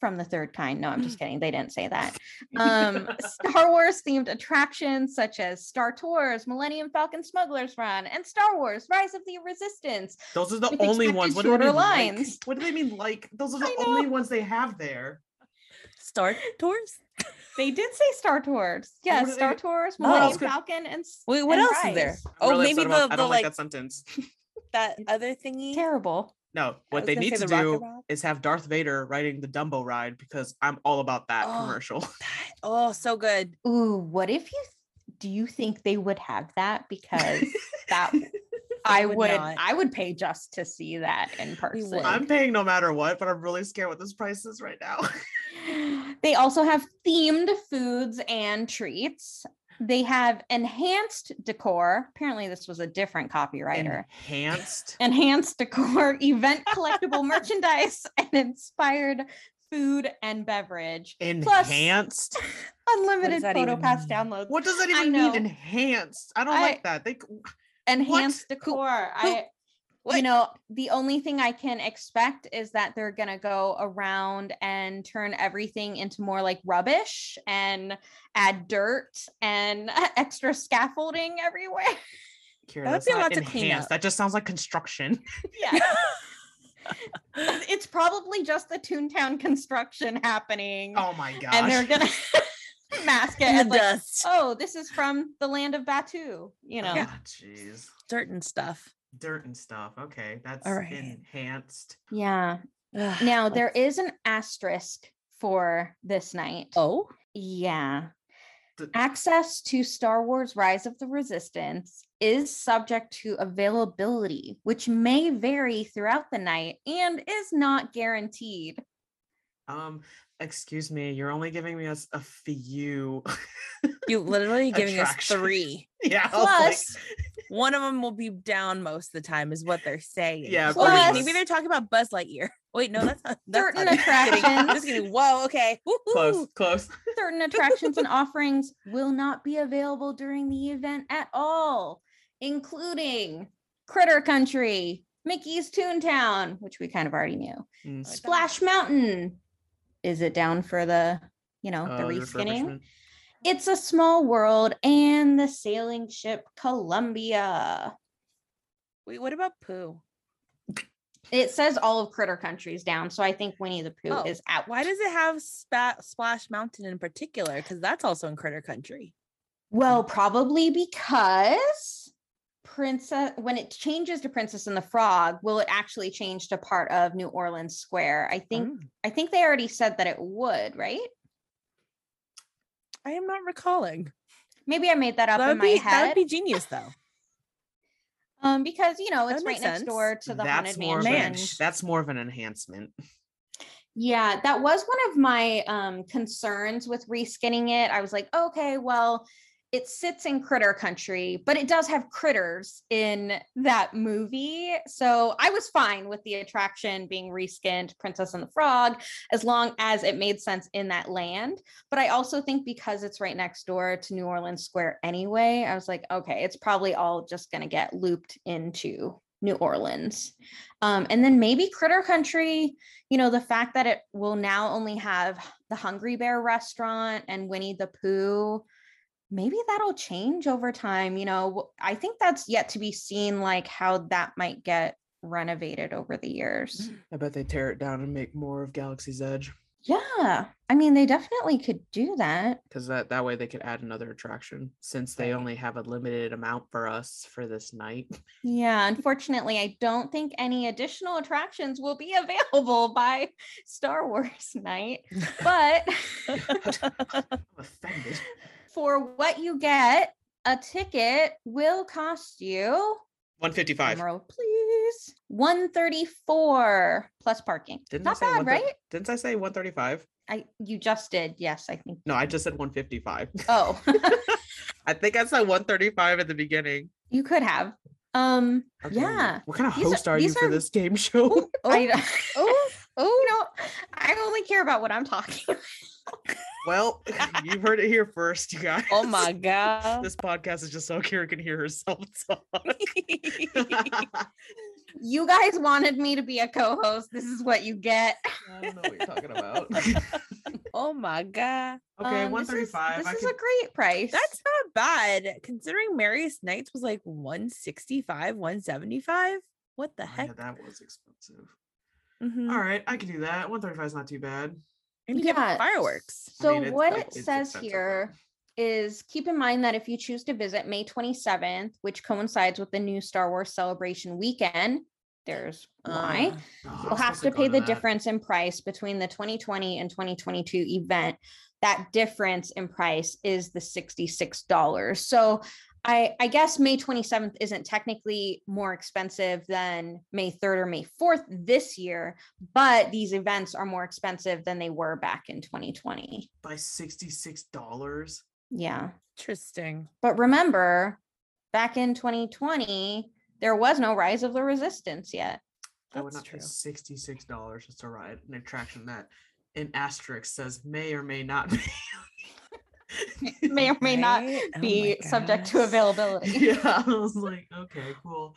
from the third kind. No, I'm just kidding. They didn't say <laughs> that. Um, Star Wars themed attractions such as Star Tours, Millennium Falcon Smugglers Run, and Star Wars Rise of the Resistance.
<laughs> Those are the
with
only ones. What
expected
do they
shorter
mean? like?
lines.
What do they mean? Like those are
I
the
know.
only ones they have there.
Star Tours?
They did say Star Tours.
Well,
Yes,
what do
Star
they-
Tours,
what else
Millennium
could-
Falcon, and s-
Wait, what
and
else is there?
Rise.
I'm
Oh,
really
maybe
upset about-
the,
I
the
don't like
like,
that sentence.
that other thingy.
Terrible.
No, what
was
they
gonna
need
say
to
the Rocket
do
Rock.
is have Darth Vader riding the Dumbo ride because I'm all about that
Oh.
commercial. <laughs>
Oh, so good.
Ooh, what if you th- do you think they would have that? Because <laughs> that I
would
would,
not.
I would pay just to see that in person.
would.
I'm paying no matter what, but I'm really scared what this price is right now. <laughs>
They also have themed foods and treats. They have enhanced decor. Apparently, this was a different copywriter.
Enhanced.
Enhanced decor, <laughs> event collectible
<laughs>
merchandise, and inspired food and beverage.
Enhanced.
Unlimited
that
photo
even
pass
mean?
downloads.
What does that
I
even
know.
mean? Enhanced. I don't
I-
like that. They c-
Enhanced
Who-
decor. I
What?
you know, the only thing I can expect is that they're going to go around and turn everything into more like rubbish and add dirt and <laughs> extra scaffolding everywhere. <laughs>
Kira,
That would
that's
be a
not
lot to clean
enhanced.
up.
That just sounds like
<laughs>
construction.
<laughs>
Yeah. it's probably just the Toontown construction happening.
Oh my gosh.
and they're going to <laughs> mask it.
In the
as, like,
dust. Oh
oh, this is from the land of Batu, you know.
Ah, Jeez.
Dirt and stuff. <sighs>
Dirt and stuff. Okay. That's
right.
enhanced.
Yeah.
Ugh,
Now,
let's-
there is an asterisk for this night.
Oh,
Yeah.
Th-
Access to Star Wars Rise of the Resistance is subject to availability, which may vary throughout the night and is not guaranteed.
Um, excuse me, you're only giving me us a few. <laughs>
you literally giving us
Attraction.
three.
yeah. <laughs> I was like,
Plus,
One of them will be down most of the time, is what they're saying.
Yeah,
Well, wait,
pretty
maybe
much.
they're talking about Buzz Lightyear. <laughs> Wait, no, that's not. That's
certain
not it. Just kidding.
attractions,
Just kidding. Whoa, okay.
close,
Woo-hoo.
close.
certain attractions and offerings will not be available during the event at all, including Critter Country, Mickey's Toontown, which we kind of already knew,
Mm.
I don't-
Splash Mountain. Is it down for the, you know, the
Uh,
reskinning?
refurbishment.
It's a Small World and the sailing ship Columbia.
Wait, what about Pooh?
It says all of Critter Country's down, so I think Winnie the Pooh
Oh,
is out.
Why does it have Spa- Splash Mountain in particular? Because that's also in Critter Country.
Well, probably because Princess when it changes to Princess and the Frog, will it actually change to part of New Orleans Square? I think
Mm.
I think they already said that it would, right?
I am not recalling.
Maybe I made that up
That
in
would,
my
be, that
head.
would be genius, though.
um, because you know,
that
it's
would
right
make
next
sense.
door to the
that's
haunted
more of
mansion.
an,
mansion.
enhance- that's more of an enhancement.
Yeah, that was one of my um, concerns with reskinning it. I was like, okay, well, it sits in critter country, but it does have critters in that movie. So I was fine with the attraction being reskinned Princess and the Frog as long as it made sense in that land. But I also think because it's right next door to New Orleans Square anyway, I was like, okay, it's probably all just going to get looped into New Orleans. Um, and then maybe Critter Country, you know, the fact that it will now only have the Hungry Bear restaurant and Winnie the Pooh maybe that'll change over time you know i think that's yet to be seen like how that might get renovated over the years
I bet they tear it down and make more of Galaxy's Edge
yeah i mean they definitely could do that
because that that way they could add another attraction since they
Right.
only have a limited amount for us for this night. <laughs>
yeah unfortunately i don't think any additional attractions will be <laughs> available by star wars night <laughs> but
I'm offended.
for what you get a ticket will cost you
155.
drum roll, please 134 plus parking
Didn't I
not
say
bad
130
right
Didn't I say 135?
I you just did. Yes, I think.
No, I just said 155.
Oh,
<laughs>
<laughs>
I think I said 135 at the beginning.
you could have. Um,
Okay,
yeah.
What kind of
These are-
host are, you
these
for
are-
this game show?
<laughs> I,
oh.
oh no, I only care about what I'm talking. <laughs> about.
<laughs> well, <laughs> you've heard it here first, you guys. <laughs>
Oh my god.
This podcast is just so Kira can hear herself <laughs> talk. <laughs>
<laughs> You guys wanted me to be a co-host. This is what you get.
I don't know what you're talking
<laughs>
about.
<laughs> oh my god.
okay,
Um, this is-
135.
This
I
is,
can-
a great price.
That's not bad considering Marius Knights was like 165, 175. What the
Oh,
heck?
Yeah, that was expensive.
Mm.
Mhm.
All right, I can do that. 135 is not too bad.
And you get
Yeah,
fireworks.
I
So
mean, it's-
what
like,
it
it's
says
expensive, but-
here is keep in mind that if you choose to visit May 27th, which coincides with the new Star Wars celebration weekend, there's why.
Uh,
Oh, I'm
will have
supposed
to
go
pay the
that.
difference in price between the 2020 and 2022 event. That difference in price is the $66. So I, I guess May 27th isn't technically more expensive than May 3rd or May 4th this year, but these events are more expensive than they were back in 2020.
by $66.
Yeah.
Interesting.
But remember, back in 2020, there was no Rise of the Resistance
<laughs>
yet.
I would not
That's
pay
true.
$66 just to ride an attraction that an asterisk says may or may not be.
May or may not
Right? Oh my
be subject to
gosh. <laughs>
<laughs>
availability.
yeah, I was like, okay, cool.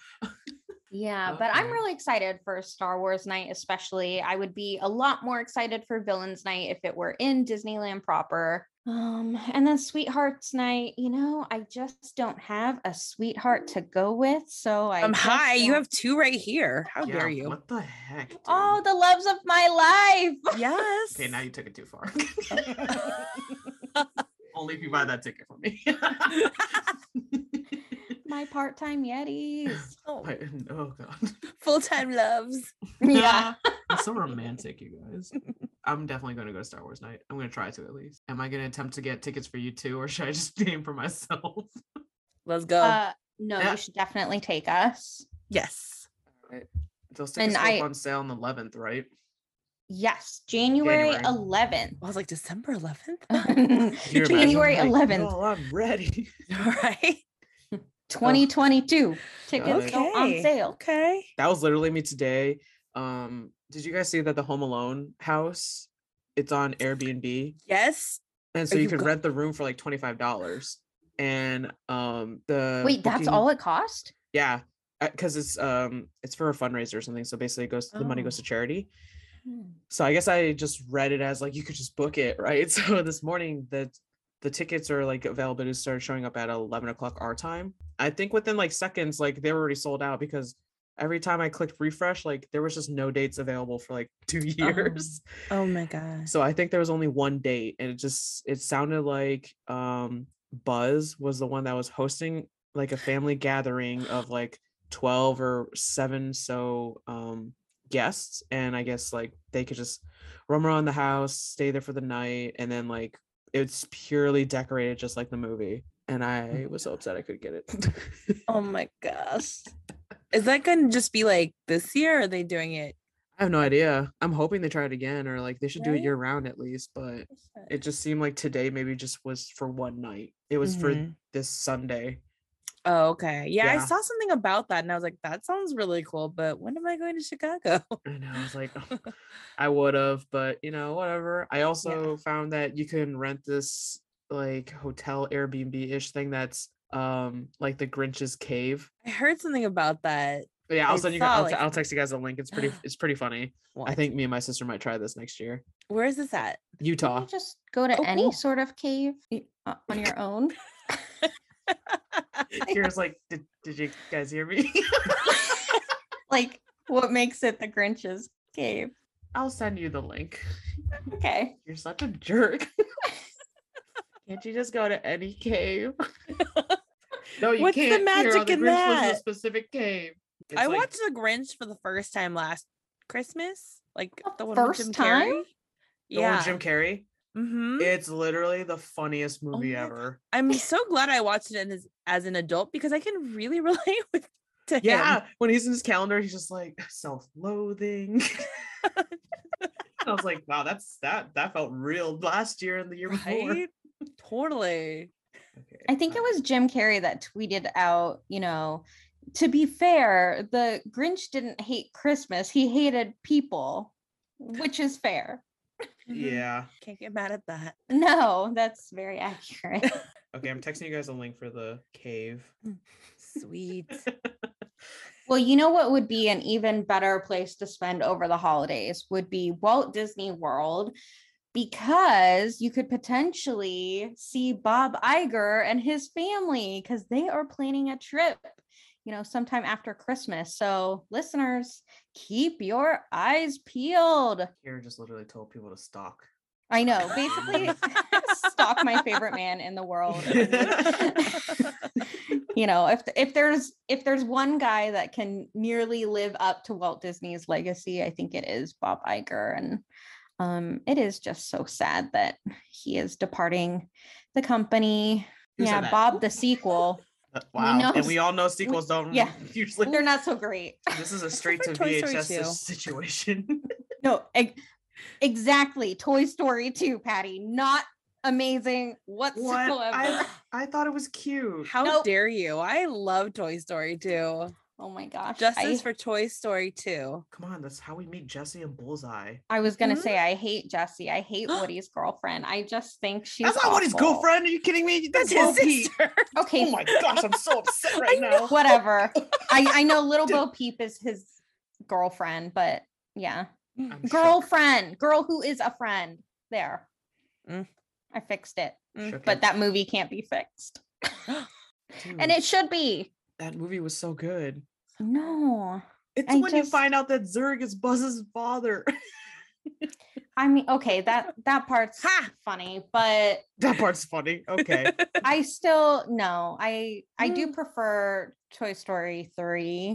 Yeah, but I'm
Uh-huh.
Okay.
really excited for Star Wars night, especially. I would be a lot more excited for Villains Night if it were in Disneyland proper. Um, and then Sweethearts Night, you know, I just don't have a sweetheart to go with. So I
Um,
just
hi, you
don't-
have two right here. How
Yeah,
dare you? <laughs>
What the heck? Dude?
all the loves of my life.
Yes.
Okay, now you took it too
<laughs>
far. <laughs> Only if you buy that ticket for me. <laughs>
My part-time Yetis.
<laughs>
<laughs>
oh,
Wait, oh god.
Full time loves.
yeah.
It's so romantic, you guys. I'm definitely going to go to Star Wars night. I'm going to try to at least. Am I going to attempt to get tickets for you too, or should I just <laughs> name for myself?
Let's go.
Uh no,
Yeah.
you should definitely take us.
yes.
Those tickets
And
go
I-
up on sale on the 11th, right?
Yes, January
January.
11th.
I was like
<laughs>
December <laughs> 11th.
<laughs> You're about to
January
be like,
11th.
"Y'all, Oh, I'm ready. <laughs>
<laughs> All right.
2022 tickets go on
Okay.
sale.
Okay.
That was literally me today. Um, did you guys see that the Home Alone house? It's on Airbnb.
Yes.
And so
Are
you,
you
could
go-
rent the room for like $25. And um the
Wait, that's
booking-
all it cost?
Yeah, because it's um it's for a fundraiser or something. So basically, it goes the money goes
Oh.
to charity. So I guess I just read it as like you could just book it, right? <laughs> So this morning the the tickets are like available to start showing up at eleven o'clock our time. I think within like seconds, like they were already sold out because every time I clicked refresh, like there was just no dates available for like two <laughs> years.
Oh my gosh.
So I think there was only one date, and it just it sounded like um Buzz was the one that was hosting like a family gathering of like twelve or seven so um guests, and I guess like they could just roam around the house, stay there for the night, and then like it's purely decorated just like the movie. And I was so upset I could get it. <laughs>
Oh my gosh. Is that going to just be like this year? Or are they doing it?
I have no idea. I'm hoping they try it again or like they should do
Right?
it year round at least, but it just seemed like today maybe just was for one night. It was for
Mm-hmm.
Mhm.
this Sunday.
Oh, okay. Yeah, I
Yeah.
saw something about that and I was like, that sounds really cool, but when am I going to Chicago?
And I was
<laughs>
like, "Oh, I would have, but you know, whatever. I also found that you can rent this like hotel Airbnb ish thing that's um like the Grinch's cave.
I heard something about that.
But yeah, I'll
I
send you.
saw,
guys. I'll,
like-
t- I'll text you guys a link. It's
<laughs>
pretty. It's pretty funny. I
What?
think me and my sister might try this next
<laughs>
year.
Where is this at?
Utah.
You just go to
Oh,
any
cool.
sort of cave y- uh, on
<laughs>
your own.
Kira's like, did, did you guys hear me? <laughs>
like what makes it the Grinch's cave?
I'll send you the link.
Okay.
You're such a jerk. <laughs> Can't you just go to any cave? no, you
What's the
can't. Kira.
magic in
Grinch lives
that?
a specific cave. It's
I
like-
watched The Grinch for the first time last Christmas. Like
The
the one
first
with Jim
time?
Carrey.
The one
Yeah.
with Jim Carrey.
mm-hmm.
It's literally the funniest movie
Oh my God.
ever.
I'm so glad I watched it as, as an adult because I can really <laughs> relate with to
Yeah.
him.
When he's in his calendar, he's just like self-loathing. <laughs> I was like, wow, that's that that felt real last year and the year before. <laughs>
Right? totally.
Okay,
I think it
all
was Jim Carrey that tweeted out, you know, to be fair, the Grinch didn't hate Christmas. He hated people, which is fair.
right. Yeah.
Mm-hmm. Can't get mad at that.
No, that's very <laughs> accurate.
Okay, I'm texting you guys a link for the cave.
Sweet. <laughs>
well, you know what would be an even better place to spend over the holidays would be Walt Disney World because you could potentially see Bob Iger and his family because they are planning a trip, you know, sometime after Christmas. So, listeners, keep your eyes peeled.
Kira just literally told people to stalk.
I know, basically, <laughs>
<laughs>
<laughs>
stalk my favorite man in the world. you know if th- if there's if there's one guy that can nearly live up to Walt Disney's legacy i think it is Bob Iger and um it is just so sad that he is departing the company
Who said
yeah
that?
bob
<laughs>
the sequel
Uh, Wow.
know-
and we all know sequels don't
yeah.
<laughs> usually
they're not so great <laughs>
this is a straight to
for Toy Story
VHS
two.
<laughs> situation.
no e- exactly toy story 2 patty not amazing whatsoever <laughs>
what? I, I thought it was cute.
How
Nope.
dare you? I love Toy Story 2.
oh my gosh I,
Justice for Toy Story <laughs> 2.
Come on, that's how we meet Jesse and Bullseye.
I was gonna
Mhm.
say i hate jesse i
<gasps>
hate woody's girlfriend i just think she's
That's not Woody's
awful.
girlfriend. Are you kidding me? That's
That's
Bo
his <laughs>
Peep.
sister.
okay
Oh my gosh, I'm so
<laughs>
upset right now.
whatever. I I know
<laughs>
little Bo Peep is his girlfriend, but yeah,
I'm shook.
girlfriend, girl who is a friend. There,
Mm.
I fixed it,
Mm,
Shook
but
it.
that movie can't be fixed, and
Mm.
Dude,
it should be.
that movie was so good.
No,
It's
I
when you
just-
find out that Zurg is Buzz's father. <laughs>
I mean, okay, that that part's
Ha!
funny, but
that part's funny.
<laughs>
Okay. <laughs>
<laughs>
I still no, I I
Mm.
do prefer Toy Story three.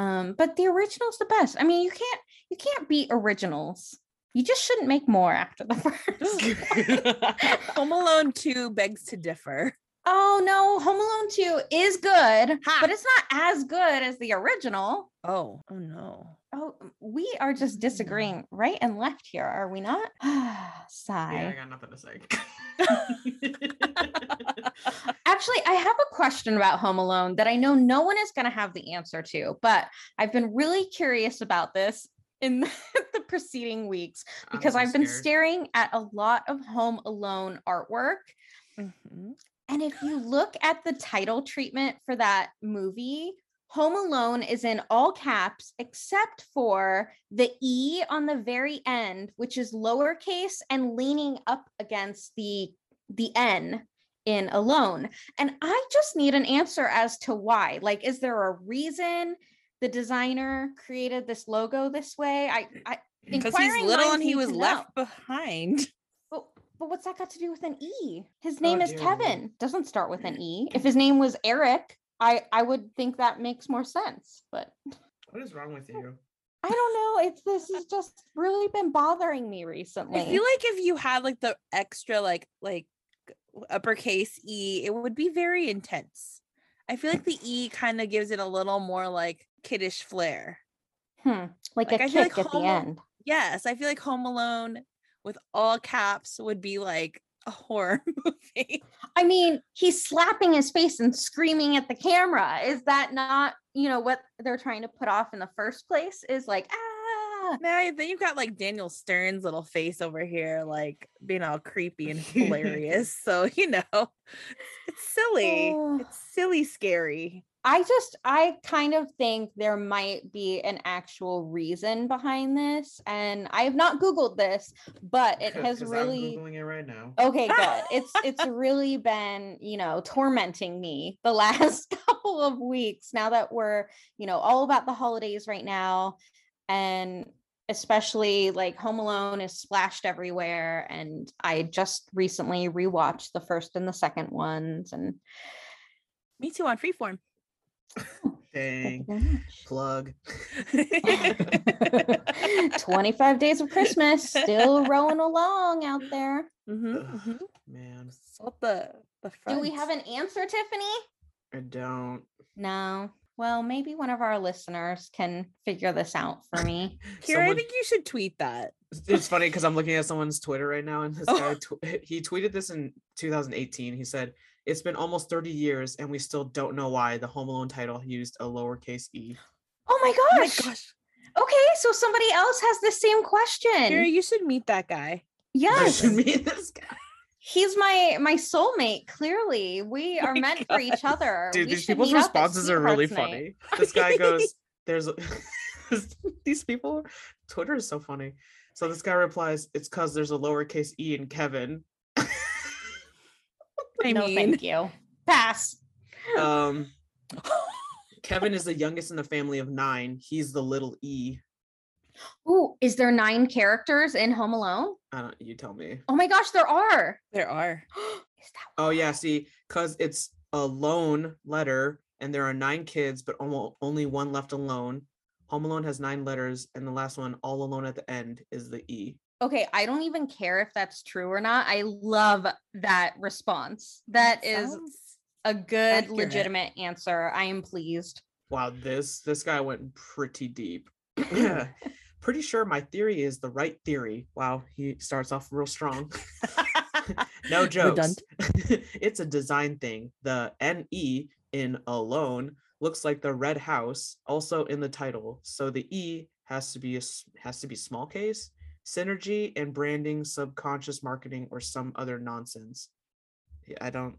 Um, but the original's the best. I mean, you can't you can't beat originals. You just shouldn't make more after the <laughs> first.
Home Alone 2 begs to differ.
Oh no, Home Alone 2 is good, but it's not as good as the original.
Oh, oh no.
Oh, we are
Mm.
just disagreeing right and left here, are we not? <sighs>
yeah, I
Sigh.
got nothing to
<laughs>
say. <laughs>
Actually, I have a question about Home Alone that I know no one is going to have the answer to, but I've been really curious about this in <laughs> the preceding weeks
I'm
because
so
I've been
scared.
staring at a lot of Home Alone artwork
Mhm.
And if you look at the title treatment for that movie, Home Alone is in all caps except for the E on the very end, which is lowercase and leaning up against the the N in alone. And I just need an answer as to why. Like, is there a reason the designer created this logo this way? I,
<clears throat>
I
Because he's
inquiring
little
minds
and he
need
was
to know.
left behind. <laughs>
But, but what's that got to do with an E? His
Oh,
name is
dear Lord.
Kevin. Doesn't start with
<clears throat>
an E. If his name was Eric, I I would think that makes more sense. But
What is wrong with you?
I don't know. It's this has just really been bothering me recently.
I feel like if you had like the extra like like uppercase E, it would be very intense. I feel like the E kind of gives it a little more like kiddish flair.
Hmm. Like,
Like,
a
I feel
kick
like
at the
Home Al-
end.
Yes, I feel like Home Alone with all caps would be like a horror <laughs> movie.
I mean, he's slapping his face and screaming at the camera. Is that not, you know, what they're trying to put off in the first place? Is like, ah,
now you- then you've got like Daniel Stern's little face over here, like being all
<laughs>
creepy and hilarious. so you know, it's silly.
Oh.
it's silly, scary.
I just, I kind of think there might be an actual reason behind this. And I have not Googled this,
<laughs>
but it has
'Cause
really. Oh.
I'm googling it right now. <laughs>
Okay, good. It's it's really been, you know, tormenting me the <laughs> last couple of weeks now that we're, you know, all about the holidays right now and especially like Home Alone is splashed everywhere and I just recently rewatched the first and the second ones and
Me too
<laughs>
on Freeform. <laughs>
thank
Dang.
you
Plug.
very much. 25 days of Christmas still rolling along out there.
Mhm,
Ugh.
Mm-hmm. <sighs>
mhm.
Man,
Salt the the
Do we
front.
have an answer, Tiffany?
I don't.
No. Well, maybe one of our listeners can figure this out for me.
Kira, I
Someone-
think you should tweet that.
It's funny because I'm looking at someone's Twitter right now,
<laughs>
and this
Oh.
guy tw- he tweeted this in 2018. He said, "It's been almost 30 years, and we still don't know why the Home Alone title used a lowercase e." <laughs>
oh my
Oh my
gosh.
gosh,
Okay, so somebody else has the same
Kira,
question.
you should meet that guy.
That
Yes.
should mean this guy.
He's my my soulmate, clearly. We are
my
meant for each other.
Dude,
We
these
should
people's
meet up at
responses are really
Sweethearts Night.
funny. This guy
<laughs>
goes, "There's a- <laughs> these people. Twitter is so funny." So this guy replies, "It's because there's a lowercase e in Kevin."
I
no,
mean,
thank you. Pass.
Um, Kevin is the youngest in the family of nine. He's the little e.
Ooh, is there nine characters in Home Alone?
I don't. You tell me.
Oh my gosh, there are.
there are.
is that
Oh yeah, see, because it's a lone letter, and there are nine kids, but almost only one left alone. Home Alone has nine letters, and the last one, all alone at the end, is the E.
Okay, I don't even care if that's true or not. I love that response. That is
sounds-
a good
accurate.
legitimate answer. I am pleased. <clears throat>
Wow, this this guy went pretty deep. pretty sure my theory is the right theory. Wow, he starts off real strong. <laughs> No jokes.
Redundant.
<laughs> it's a design thing. The NE in alone looks like the red house also in the title. So the E has to be a, s- has to be small case. Synergy and branding, subconscious marketing or some other nonsense. Yeah, I don't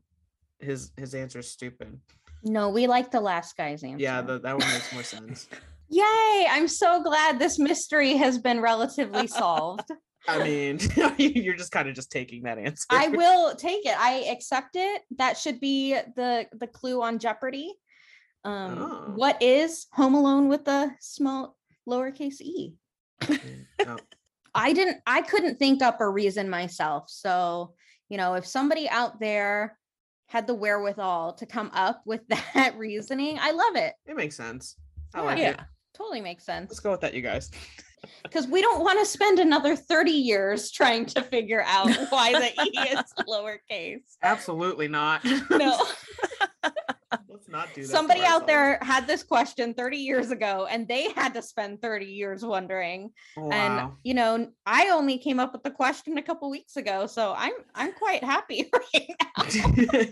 his his answer is stupid.
No, we like the last guy's answer.
Yeah, tha- that one makes more sense.
Yay! I'm so glad this mystery has been relatively solved.
I mean, <laughs> you're just kind of just taking that answer.
I will take it. I accept it. That should be the the clue on Jeopardy. Um,
Oh.
What is Home Alone with the small lowercase e?
Mm, oh,
I didn't I couldn't think up a reason myself. So, you know, if somebody out there had the wherewithal to come up <laughs> with that reasoning, I love it.
it makes sense. I
Yeah.
like it.
yeah.
Totally makes
Let's <laughs>
sense
go with that, you
<laughs>
guys.
because we don't want to spend another 30 years trying to figure out <laughs> why the E is
<laughs>
lowercase.
Absolutely not.
No,
<laughs> Let's not do that. to
<laughs> somebody out
ourselves.
there had this question 30 years ago and they had to spend 30 years wondering.
Wow. <laughs>
<laughs> And you know, I only came up with the question a couple weeks ago, so I'm I'm quite happy <laughs> right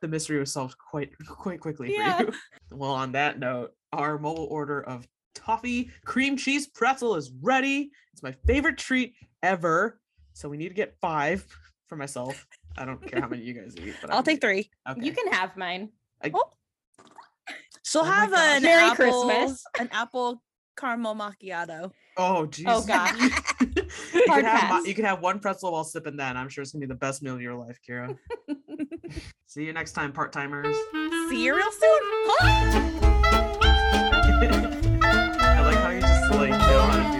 the mystery was solved quite quite quickly
Yeah.
for you. <laughs> Well, on that note, our mobile order of toffee cream cheese pretzel is ready. It's my favorite treat ever. So we need to get five for myself. I don't care how many you guys eat, but
I'll take
three.
three.
Okay.
You can have mine.
She'll
Oh my
have
gosh.
an
Merry
apple,
Christmas.
an apple caramel macchiato.
oh jeez.
Oh god.
<laughs> you, can
Hard
have my-
pass.
you can have one pretzel while sipping that. and I'm sure it's gonna be the best meal of your life,
<laughs>
Kira. See you next time, part timers.
See you real soon.
I like how you just like know how to do <laughs>